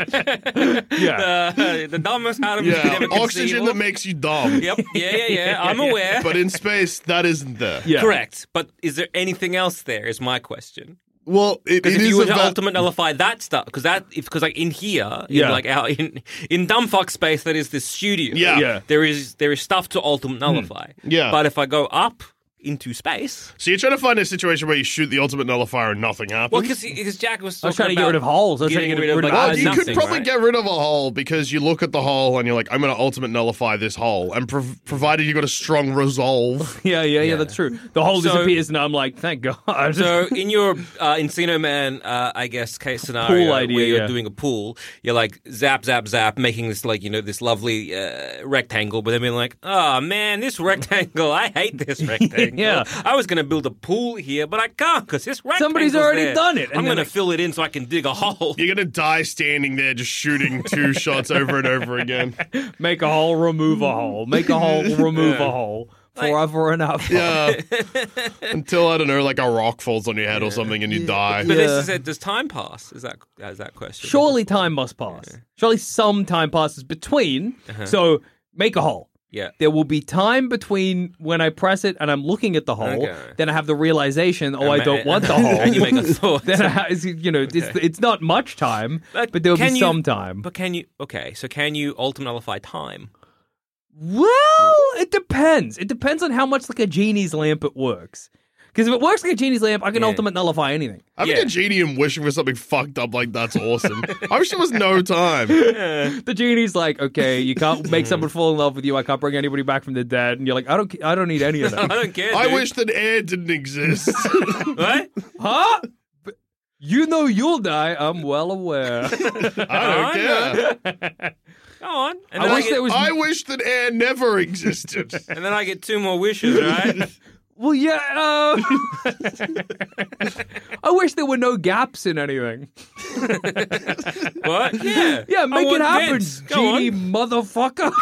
yeah. The, Uh, the dumbest atom you could yeah, ever oxygen conceive that of. makes you dumb. Yep. Yeah, yeah, yeah. I'm aware. But in space, that isn't there. Yeah. Correct. But is there anything else there? Is my question. Well, it, Because it if is you were a to va- ultimate nullify that stuff, because that, because like in here, Yeah. in like our in in dumbfuck space that is this studio, Yeah. Hmm. Yeah. there is there is stuff to ultimate nullify. Yeah. But if I go up into space, So you're trying to find a situation where you shoot the ultimate nullifier and nothing happens. well, because Jack was I was talking trying to get about rid of holes. I was trying to getting get rid of like, Well, Uh, you could nothing, probably right? get rid of a hole because you look at the hole and you're like, I'm going to ultimate nullify this hole. And prov- provided you got a strong resolve, Yeah, yeah, yeah, that's true. The hole So- disappears, and I'm like, thank God. So in your uh, Encino Man, uh, I guess case scenario idea, where you're yeah. doing a pool, you're like zap, zap, zap, making this like you know this lovely uh, rectangle, but then being like, oh man, this rectangle, I hate this rectangle. Yeah. I was gonna build a pool here, but I can't because this rectangle. Somebody's already done it, and I'm then gonna I- fill it in so I can dig a hole. you're going to die standing there just shooting two shots over and over again. Make a hole, remove a hole. Make a hole, remove a hole. Forever and ever. Yeah. Until, I don't know, like a rock falls on your head or something and you die. But Yeah. this is it. Does time pass? Is that is that question? Uh-huh. Surely time must pass. Surely some time passes between. So make a hole. Yeah. There will be time between when I press it and I'm looking at the hole. Okay. Then I have the realization, oh, I ma- don't want the hole. And you make a thought. then I, ha- it's, you know, it's, it's not much time, but, there will be can you- some time. But can you? Okay, so can you ultimate nullify time? Well, it depends. It depends on how much like a genie's lamp it works. Because if it works like a genie's lamp, I can Yeah. ultimate nullify anything. I think Yeah. a genie and wishing for something fucked up like that's awesome. I wish there was no time. The genie's like, okay, you can't make someone fall in love with you. I can't bring anybody back from the dead. And you're like, I don't, ca- I don't need any of I that. don't care. I dude. wish that air didn't exist. What? huh? But You know you'll die. I'm well aware. I don't care. Go on. And I then I, wish get, there was. I wish that air never existed. and then I get two more wishes, right? well, yeah. Uh... I wish there were no gaps in anything. what? Yeah. Yeah, I make it want happen, Vince. Go genie on. motherfucker.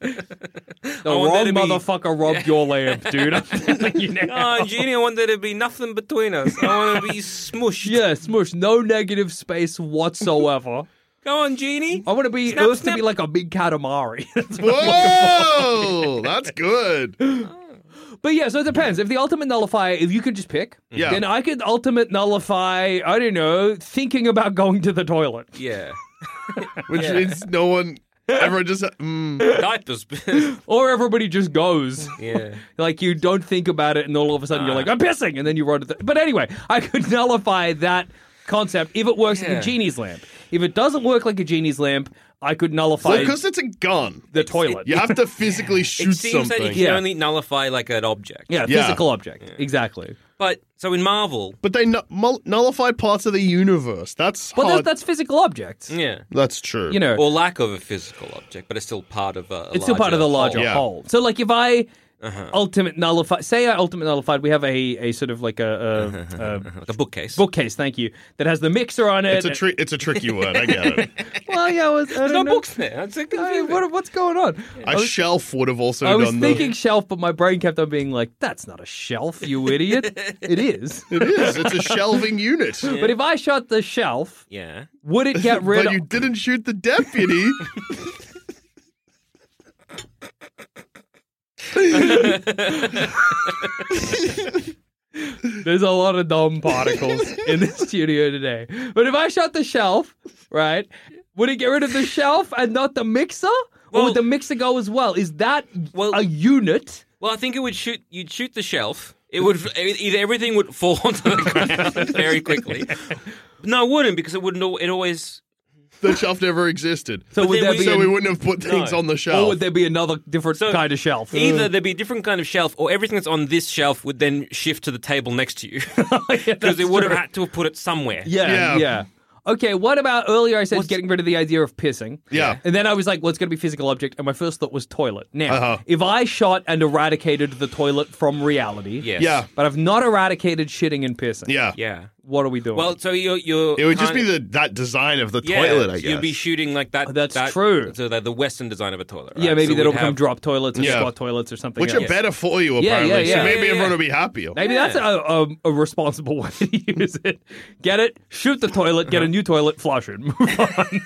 the I want wrong there to be- motherfucker robbed your lamp, dude. I'm telling you now. Oh, Genie, I want there to be nothing between us. I want to be smushed. yeah, smush. No negative space whatsoever. Go on, Genie. I want to be Snap, Earth snap. to be like a big katamari. Whoa, that's good. but yeah, so it depends. If the ultimate nullifier, if you could just pick, Yeah. then I could ultimate nullify. I don't know, thinking about going to the toilet. Yeah. Which Yeah. means no one, everyone just, mm, Diapers. Or everybody just goes. yeah. Like you don't think about it, and all of a sudden you're like, I'm pissing, and then you run to the. But anyway, I could nullify that concept if it works like Yeah. a genie's lamp. If it doesn't work like a genie's lamp, I could nullify because it's a gun. the toilet. You have to physically It shoot seems something. that you can Yeah. only nullify like an object. yeah, Yeah. physical object. Exactly. But so in Marvel, But they nu- mul- nullify parts of the universe. That's But that's, hard. that's physical objects. yeah. That's true. You know, Or lack of a physical object, but it's still part of a. a it's still part of the larger whole. whole. Yeah. So, like, if I Uh-huh. ultimate nullify, say I ultimate nullified, we have a a sort of like a, a, a Like a bookcase. bookcase. Thank you. That has the mixer on it. it's a tri- it's a tricky word. I get it. Well, yeah, I was, I There's no don't know. books there. It's a I- confusing. what, what's going on? A shelf would have also I was done thinking the. shelf, but my brain kept on being like, "That's not a shelf, you idiot." it is. It is. It's a shelving unit. But if I shot the shelf, yeah. would it get rid? But of... you didn't shoot the deputy. There's a lot of dumb particles in the studio today. But if I shot the shelf, right, would it get rid of the shelf and not the mixer? or Well- would the mixer go as well? Is that Well- a unit? Well, I think it would shoot. You'd shoot the shelf. It would. e-, Either everything would fall onto the ground very quickly. No, it wouldn't because it wouldn't. al- It always. the shelf never existed. So would then there we- be so an- we wouldn't have put things on the or shelf. would there be another different So, kind of Hmm. shelf? Either there'd be a different kind of shelf, or everything that's on this shelf would then shift to the table next to you because it would have had to have put it somewhere. Yeah, Yeah. yeah. Okay, what about earlier I said getting rid of the idea of pissing? Yeah. And then I was like, well, it's going to be physical object. And my first thought was toilet. Now, Uh-huh. if I shot and eradicated the toilet from reality, Yes. yeah, but I've not eradicated shitting and pissing, yeah, Yeah. what are we doing? Well, so you're you're. It would just kind- be the that design of the yeah, toilet. I so guess You'd be shooting like that. That's that- true. So that the Western design of a toilet. Right? yeah, maybe So that'll we'd become have- drop toilets or Yeah. squat toilets or something. which else. are better for you Yeah, apparently. yeah, yeah. So maybe Yeah, yeah, everyone yeah. will be happier. Maybe that's a, a, a responsible way to use it. Get it, shoot the toilet, Uh-huh. get a new toilet, flush it, move on.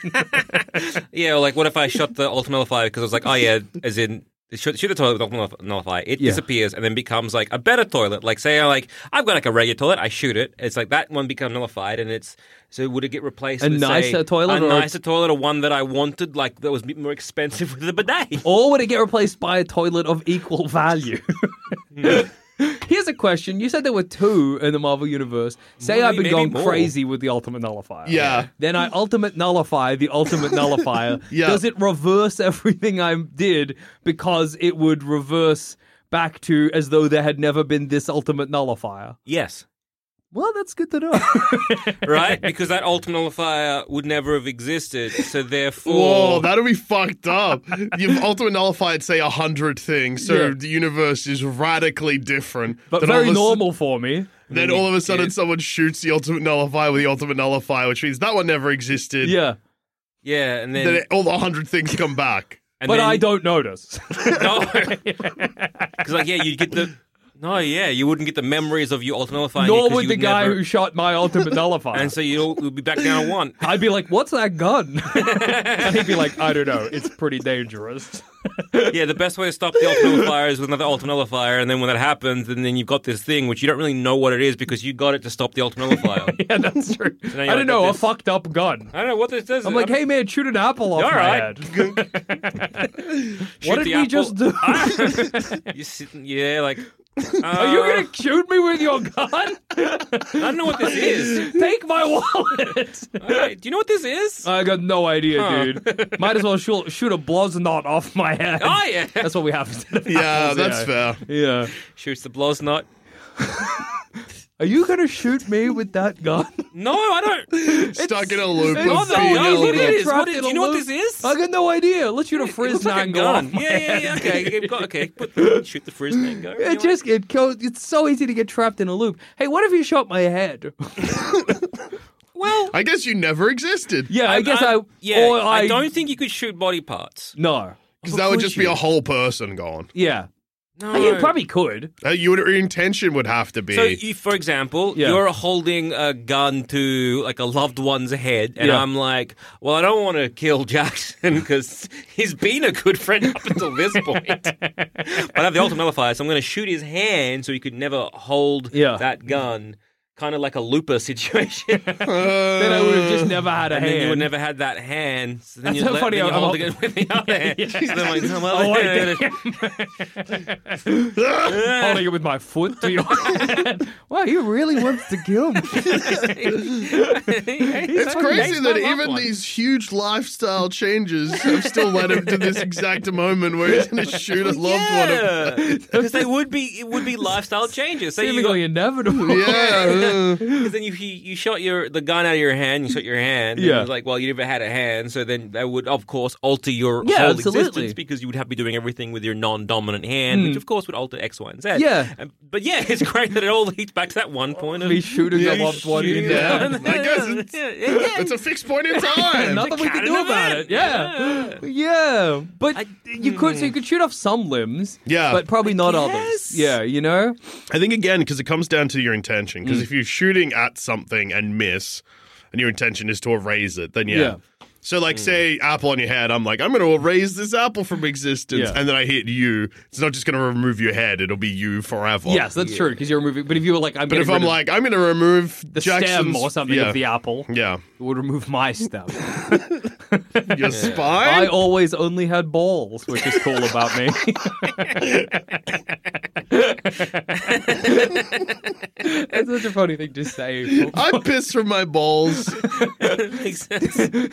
Yeah, or like what if I shot the ultimate nullifier because I was like, oh yeah, as in shoot, shoot the toilet with ultimate nullifier, it Yeah. disappears and then becomes like a better toilet. Like say I like I've got like a regular toilet, I shoot it, it's like that one become nullified and it's so would it get replaced A with say, nicer toilet a or- nicer toilet, or one that I wanted like that was a bit more expensive with a bidet. or would it get replaced by a toilet of equal value? Hmm. Here's a question. You said there were two in the Marvel Universe. Say Maybe- I've been maybe going more. crazy with the Ultimate Nullifier. Yeah. Then I Ultimate Nullify the Ultimate Nullifier. Yeah. Does it reverse everything I did because it would reverse back to as though there had never been this Ultimate Nullifier? Yes. Well, that's good to know. Right? Because that ultimate nullifier would never have existed. So therefore Whoa, Oh, that'll be fucked up. You've ultimate nullified, say, a hundred things, so Yeah. the universe is radically different. but Then all very of a s- normal for me. Then all of a sudden, someone shoots the ultimate nullifier with the ultimate nullifier, which means that one never existed. Yeah. Yeah, and then, Then it- all the hundred things come back. and But then- I don't notice. No. Because, like, yeah, you'd get the. No, yeah, you wouldn't get the memories of you ultimately Nor would the guy who shot my ultimate nullifier. And so you'll, you'll be back down one. I'd be like, "What's that gun?" and he'd be like, "I don't know. It's pretty dangerous." Yeah, the best way to stop the ultimate nullifier is with another ultimate nullifier, and then when that happens, and then you've got this thing which you don't really know what it is because you got it to stop the ultimate nullifier. yeah, that's true. now I you're don't like, know a "This- fucked up gun. I don't know what this does. I'm like, "Hey man, shoot an apple off All my right. head." Shoot What did the we apple. just do? You're sitting, yeah, like. Are you uh, gonna shoot me with your gun? I don't know what this is. Take my wallet. Hey, do you know what this is? I got no idea, Huh. dude. Might as well shoot, shoot a bloznot off my head. oh yeah, That's what we have to do. Yeah, that's yeah. fair. Yeah. shoots the blows not. Are you gonna shoot me with that gun? No, I don't. Stuck in a loop it's of being not that easy, What yelled it at. is? What Trapped is- in do you a know what loop. this is? I got no idea. Let's shoot a frizz mango off my Yeah, yeah, head. yeah. Okay, you've got, okay. Put the, shoot the frizz mango. You know It what? just it goes, it's so easy to get trapped in a loop. Hey, what if you shot my head? well. I guess you never existed. Yeah, I, guess I, yeah. or I don't think you could shoot body parts. No. Because that would just be a whole person gone. Yeah. No, You probably could. Uh, you, your intention would have to be. So, if, for example, Yeah. you're holding a gun to like a loved one's head, and Yeah. I'm like, "Well, I don't want to kill Jackson because he's been a good friend up until this point." but I have the ultimate nullifier, so I'm going to shoot his hand so he could never hold Yeah. that gun. Kind of like a looper situation, and Then I would have just never had a then hand. you would never had that hand. So then That's you're so le- funny then how you're I'm holding all- it with the other hand. So then I'm like, "Oh, well, Oh, yeah, wait, damn. Holding it with my foot to your head. Wow, he really wants to kill me. it's crazy that even these. these huge lifestyle changes have still led him to this exact moment where he's going to shoot a loved one. Of- because they would be it would be lifestyle changes. So you Seemingly got, inevitable. yeah. uh, because then you, you you shot your the gun out of your hand, you shot your hand. Yeah. and it's like well you never had a hand, so then that would of course alter your Yeah, whole absolutely. existence because you would have to be doing everything with your non-dominant hand, which of course would alter X, Y, and Z. Yeah. Um, but yeah, it's great that it all leads back to that one point of Me shooting Yeah, a you loved one shoot in the the Yeah. head. hand. I guess it's- Yeah, yeah, yeah. It's a fixed point in time. Nothing we can cat do in the about van. it. Yeah. Yeah. But you could so you could shoot off some limbs. Yeah. But probably not Mm. guess. others. Yeah, you know? I think, again, because it comes down to your intention. Mm. Because if you're shooting at something and miss, and your intention is to erase it, then yeah. Yeah. Mm. So, like, say apple on your head. I'm like, I'm going to erase this apple from existence, Yeah. and then I hit you. It's not just going to remove your head; it'll be you forever. yes, that's true, because you're removing but if you were like I'm But if getting rid I'm of like, I'm going to remove the Jackson's, stem or something yeah, of the apple, yeah, it would remove my stem. your spine. I always only had balls, which is cool about me. That's such a funny thing to say. I piss from my balls. makes sense.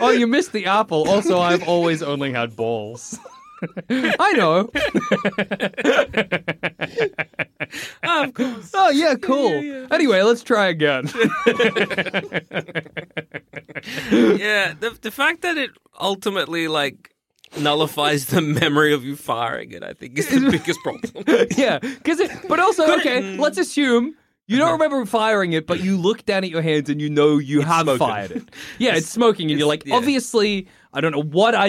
Oh, you missed the apple. Also, I've always only had balls. I know. of course. Oh yeah, cool. Anyway, let's try again. Yeah, the the fact that it ultimately like nullifies the memory of you firing it, I think, is the biggest problem. yeah, because it. Mm. Uh-huh. But also, okay, let's assume. You don't remember firing it, but you look down at your hands and you know you have smoking. fired it. Yeah, it's, smoking, and you're like, yeah. obviously, I don't know what I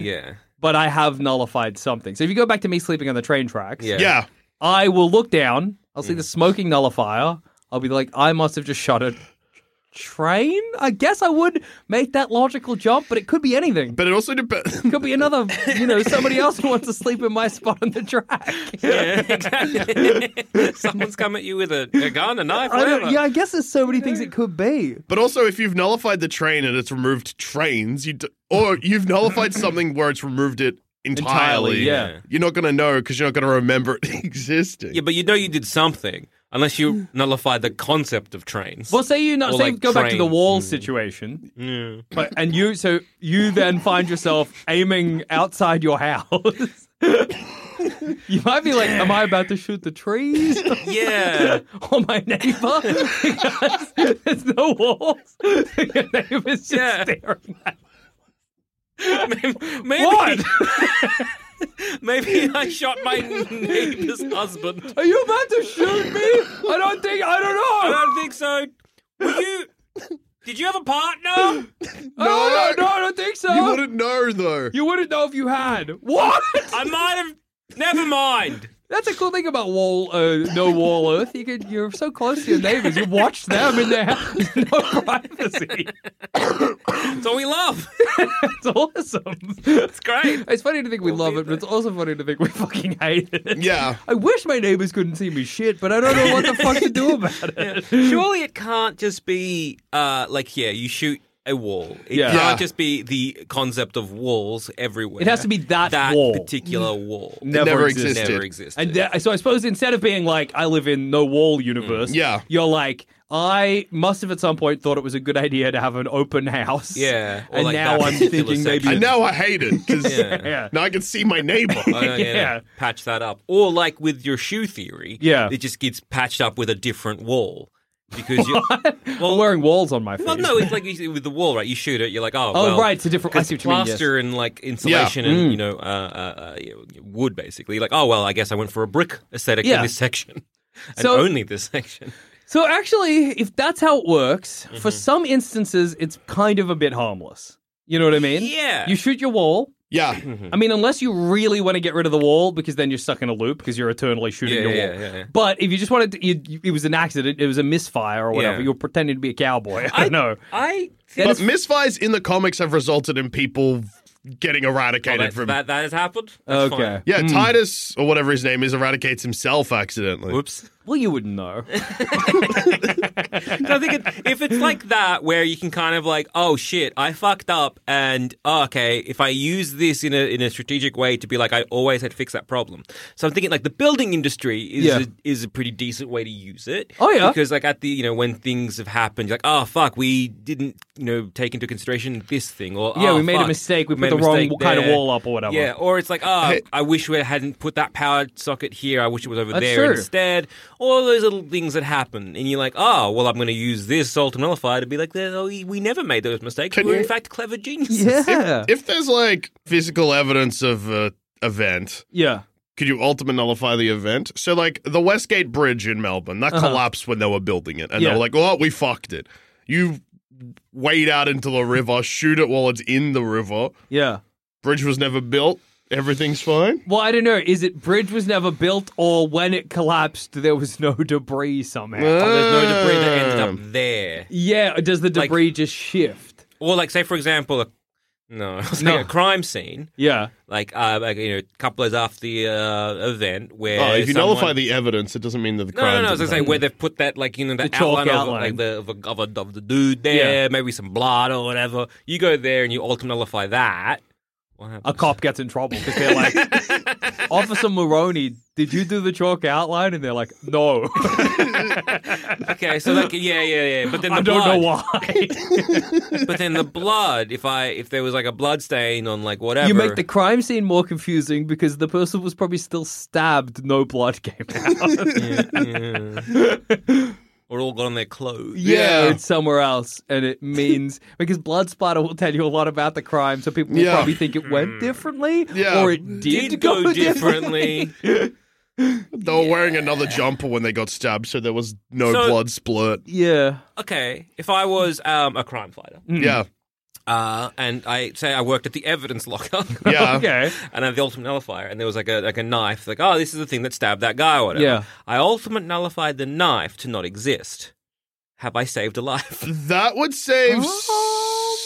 Yeah. but I have nullified something. So if you go back to me sleeping on the train tracks, Yeah. Yeah, I will look down. I'll see the smoking nullifier. I'll be like, I must have just shot a train. I guess I would make that logical jump, but it could be anything. but it also depends. It could be another, you know, somebody else who wants to sleep in my spot on the track. Yeah, exactly. Someone's come at you with a, a gun, a knife, I whatever. don't, yeah, I guess there's so many things it could be. But also, if you've nullified the train and it's removed trains, you d- or you've nullified something where it's removed it entirely, Entirely, yeah. you're not going to know because you're not going to remember it existing. Yeah, but you know you did something unless you nullify the concept of trains. Well, say you not Or, say like, go back to the trains. Hmm. wall situation, but and you so you then find yourself aiming outside your house. you might be like, "Am I about to shoot the trees yeah. or Oh, my neighbor?" Because there's no walls. your neighbor's just Yeah. staring at. Maybe, maybe, What? maybe I shot my neighbor's husband. Are you about to shoot me? I don't think. I don't I know. don't think so. Were you? Did you have a partner? Oh, No, no, no, I don't think so. you wouldn't know though. You wouldn't know if you had. What? I might have. Never mind. That's a cool thing about wall, uh, no wall Earth. You could, you're so close to your neighbors. You watch them in their house. No privacy. That's all we love. It's awesome. It's great. It's funny to think we love it, but it's also funny to think we fucking hate it. Yeah. I wish my neighbors couldn't see me shit, but I don't know what the fuck to do about it. Surely it can't just be uh, like, yeah, you shoot a wall. It Yeah. can't Yeah. just be the concept of walls everywhere. It has to be that that wall. particular wall. Mm. Never never existed. existed. Never existed. And that- so I suppose instead of being like, I live in no wall universe, Mm. Yeah. you're like, I must have at some point thought it was a good idea to have an open house. Yeah, or and like now that I'm particular thinking maybe. section. And now I hate it because Yeah. now I can see my neighbor. Oh, no, yeah, no. Yeah. patch that up. Or like with your shoe theory, Yeah. it just gets patched up with a different wall because you. well, I'm wearing walls on my feet. well, no, it's like you, with the wall, right? You shoot it, you're like, oh, Oh, well, right, it's a different- I 'cause see what you mean, yes. Mm. plaster and like insulation and you know uh, uh, uh, you know, wood, basically. Like, oh well, I guess I went for a brick aesthetic Yeah. in this section, and So- only this section. So actually, if that's how it works, Mm-hmm. for some instances, it's kind of a bit harmless. You know what I mean? Yeah. You shoot your wall. Yeah. I mean, unless you really want to get rid of the wall, because then you're stuck in a loop because you're eternally shooting Yeah, your yeah, wall. yeah, yeah. But if you just wanted to, you, you- it was an accident, it was a misfire or whatever. Yeah. You're pretending to be a cowboy. I don't know. I think But misfires in the comics have resulted in people getting Oh, eradicated that, from. that, that has happened. That's Okay. fine. yeah, Titus or whatever his name is eradicates himself accidentally. Whoops. Well, you wouldn't know. I think it, if it's like that, where you can kind of like, oh shit, I fucked up, and oh, okay, if I use this in a in a strategic way to be like, I always had to fix that problem. So I'm thinking like the building industry is Yeah. a, is a pretty decent way to use it. Oh, yeah. because like at the you know when things have happened, you're like, oh fuck, we didn't you know take into consideration this thing, or Yeah, "Oh, we made a fuck, mistake. We put made a the wrong mistake kind of there." wall up or whatever. Yeah, or it's like, oh, I wish we hadn't put that power socket here. I wish it was over That's there true. instead. All those little things that happen, and you're like, oh, well, I'm going to use this salt and nullifier to be like, oh, we we never made those mistakes. Can We're you- in fact clever geniuses. Yeah. If there's like physical evidence of a event, yeah. could you ultimate nullify the event? So, like the Westgate Bridge in Melbourne, that Uh-huh. collapsed when they were building it, and Yeah. they were like, "Oh, we fucked it." You wade out into the river, shoot it while it's in the river. Yeah. Bridge was never built. Everything's fine. Well, I don't know. Is it bridge was never built, or when it collapsed, there was no debris somehow? Oh, there's no debris that ended up there. Yeah. Does the Like- debris just shift? Or like, say for example, a, no, I was No. saying a crime scene. Yeah. Like, uh, like you know, a couple days after the uh, event, where Oh, if you someone- nullify the evidence, it doesn't mean that the No, crime. no, no. I was didn't gonna say happen. where they've put that, like you know, that The chalk outline, Of, outline. like the of, a, of, a, of the dude there, Yeah. maybe some blood or whatever. You go there and you ultimate nullify that. What happened? A cop gets in trouble because they're like, Officer Maroney, did you do the chalk outline? And they're like, No, Okay, so like, yeah, yeah, yeah. But then the I don't know blood. why. But then the blood. If I if there was like a blood stain on like whatever, You make the crime scene more confusing because the person was probably still stabbed. No blood came out. or all got on their clothes. yeah, Yeah. it's somewhere else, and it means because blood splatter will tell you a lot about the crime, so people will Yeah. probably think it went differently, Yeah. or it did, Hmm. Did, go, differently. differently. They were wearing another jumper when they got stabbed, so there was no So- blood splurt. Yeah, okay, if I was um, a crime fighter, Yeah, uh, and I say I worked at the evidence locker. yeah. okay, and I had the ultimate nullifier, and there was like a like a knife. Like, oh, this is the thing that stabbed that guy, or whatever. Yeah. I ultimate nullified the knife to not exist. Have I saved a life? That would save Um,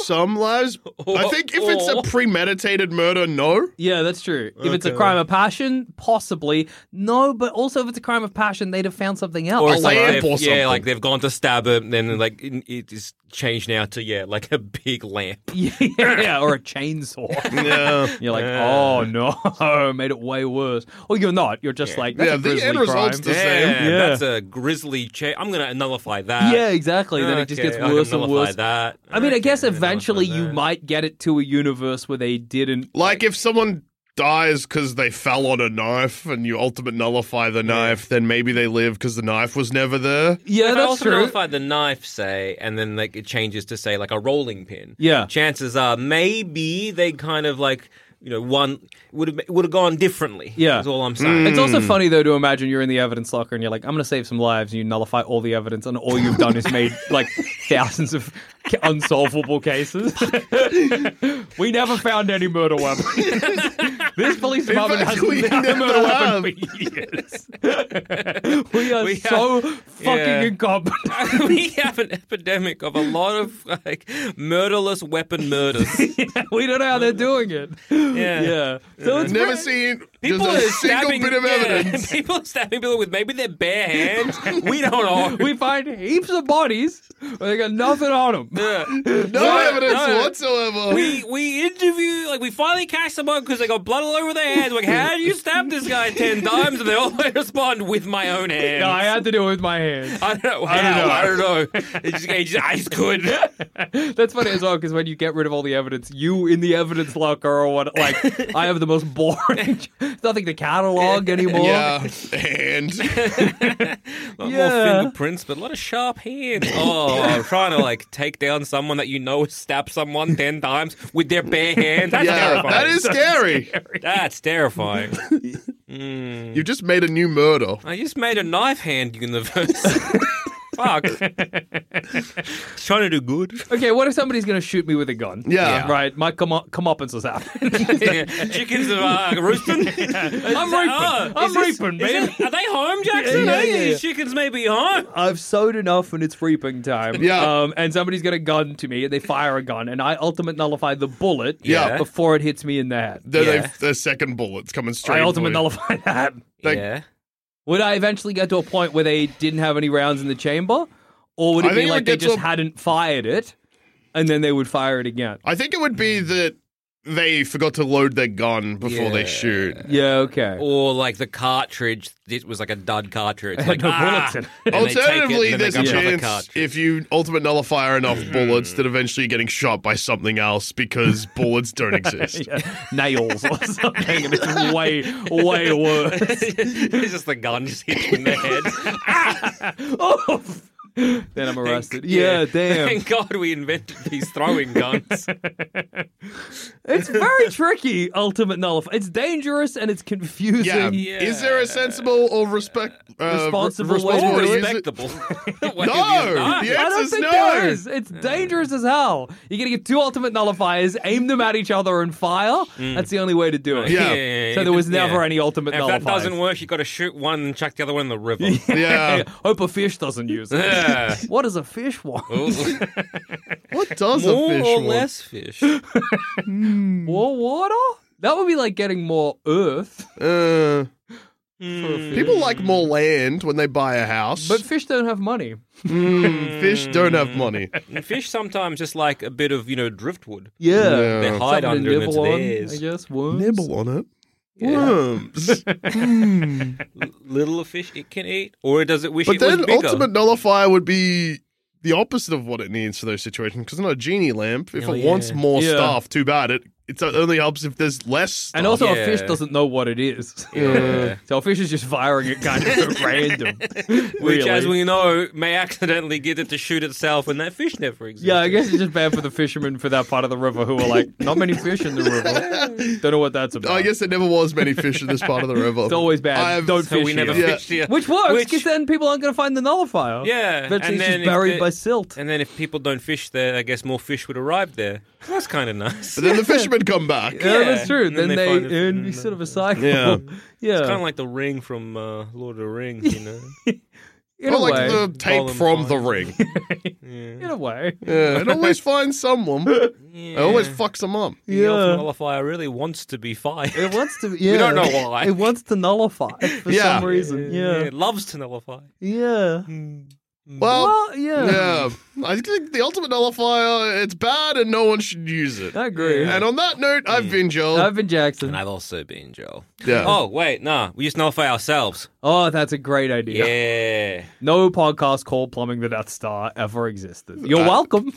some lives. I think if it's Or- a premeditated murder, no. yeah, that's true. If it's a crime of passion, possibly no, but also if it's a crime of passion, they'd have found something else. Or it's like- Alright. lamp they've- or something. yeah, like they've gone to stab him, then like it- it is changed now to yeah, like a big lamp. yeah, yeah, or a chainsaw. Yeah. You're like, oh no, made it way worse. Or you're not. You're just like, that's Yeah, a the grisly end crime. result's the same. Yeah. that's a grisly cha I'm gonna nullify that. Yeah, exactly. Then it just Okay, gets I can worse and nullify worse. That. I mean, I Okay, guess can nullify eventually you that. might get it to a universe where they didn't. Like if someone dies because they fell on a knife and you ultimate nullify the knife, then maybe they live because the knife was never there. Yeah, if I that's also true. nullified the knife, say, and then like it changes to say like a rolling pin. Yeah. Chances are maybe they kind of like you know one would have would have gone differently. Yeah. Mm. Is all I'm saying. It's Hmm. also funny though to imagine you're in the evidence locker and you're like, I'm going to save some lives, and you nullify all the evidence, and all you've done is made like thousands of ca- unsolvable cases. we never found any murder weapons. This police department fact, has we been out of never murder have. weapon for years. we are We have- so fucking yeah. incompetent. we have an epidemic of a lot of like murderless weapon murders. we don't know how they're doing it. Yeah. yeah. So it's Never pretty- seen People just a are single stabbing, bit of yeah, evidence. people are stabbing people with maybe their bare hands. We don't know. We find heaps of bodies, but they got nothing on them. No evidence no. whatsoever. We we interview like we finally catch someone because they got blood all over their hands. Like, how do you stab this guy ten times? And they all respond with my own hand. No, I had to do it with my hands. I don't know. How? I don't know. It just, it just, I just could. That's funny as well because when you get rid of all the evidence, you in the evidence locker or what? Like I have the most boring, nothing to catalog anymore. yeah, and More Yeah. fingerprints, but a lot of sharp hands. Oh, trying to like take down someone that you know has stabbed someone ten times with their bare hands. That's yeah, terrifying. that is scary. That's terrifying. You've just made a new murder. I Oh, just made a knife hand universe. Fuck. Trying to do good. Okay, what if somebody's gonna shoot me with a gun? Yeah. Yeah. right. My come comeuppance is happening. Chickens are uh, roosting. I'm reaping. I'm reaping, is man. it- are they home, Jackson? Yeah, yeah, Hey, yeah, yeah. These chickens may be home. I've sowed enough and it's reaping time. Yeah. Um, and somebody's got a gun to me and they fire a gun and I ultimate nullify the bullet Yeah. before it hits me in the head. Then Yeah. they- the second bullet's coming straight. I for ultimate you. nullify that. Like, yeah. Would I eventually get to a point where they didn't have any rounds in the chamber? Or would I it be think it like would they get to just a- hadn't fired it and then they would fire it again? I think it would be that they forgot to load their gun before they Mm-hmm. Yeah. shoot. Yeah, okay. Or like the cartridge, it was like a dud cartridge. Like, no ah! bullets in it. And they take it, Alternatively, and then there's they a got another chance cartridge. Mm-hmm. if you ultimate nullifier enough bullets that eventually you're getting shot by something else because bullets don't exist. Yeah, Nails or something, and it's way, way worse. it's just the gun just hits you in the head. Oh, then I'm arrested. Yeah, damn. Thank God we invented these throwing guns. It's very tricky, ultimate nullifier. It's dangerous and it's confusing. Yeah. Is there a sensible or respect uh, re- Responsible way responsible Or to do use it? it? respectable. Why No! have you not? The I don't answer's think no. there is. It's dangerous as hell. You're gonna get two ultimate nullifiers, aim them at each other, and fire. That's the only way to do it. Mm. Yeah. So there was never yeah. any ultimate If nullifiers. that doesn't work, you got to shoot one and chuck the other one in the river. Yeah. uh, Hope a fish doesn't use it. Yeah. What does a fish want? What does More a fish or want? less fish. More water? That would be like getting more earth. Uh, people like more land when they buy a house, But fish don't have money. Mm, fish don't have money. And fish sometimes just like a bit of you know driftwood. Yeah. They hide Something under to and it's nibble on, I theirs. guess. Worms. Nibble on it. Worms. Little a fish it can eat, or does it wish But it was then bigger? ultimate nullifier would be the opposite of what it needs for those situations because it's not a genie lamp. If Oh, it wants yeah. more Yeah. stuff, too bad. It it only helps if there's less. Stuff. And also, a Yeah. fish doesn't know what it is. Yeah. so a fish is just firing it kind of at random. Which, really. as we know, may accidentally get it to shoot itself, and that fish never exists. Yeah, I guess it's just bad for the fishermen for that part of the river who are like, not many fish in the river. Don't know what that's about. I guess there never was many fish in this part of the river. it's always bad. I've- Don't So fish we never here. Yeah. fished here. Which works Which- because then people aren't going to find the nullifier. Yeah, and eventually it's then if just buried the- by silt. And then if people don't fish there, I guess more fish would arrive there. That's kind of nice. But then the fishermen come back. Yeah. yeah, that's true. And Then, then they they, find it- and it's sort of a cycle. Yeah. yeah. Kind of like the ring from uh, Lord of the Rings, you know? in Or a like way, the tape Colin from Fine. the ring. um, in a way. Yeah, it always finds someone. It always fucks them up. The Yeah. elf nullifier really wants to be fired. It wants to. Yeah, don't know why. It wants to nullify for Yeah. some reason. Yeah, It loves to nullify. yeah. Well, Well, yeah. yeah. I think the ultimate nullifier. It's bad, and no one should use it. I agree. Hmm. And on that note, I've been Joel. I've been Jackson. And I've also been Joel. Yeah. Oh, wait, nah. We just nullify ourselves. Oh, that's a great idea. Yeah. No podcast called Plumbing the Death Star ever existed. You're welcome.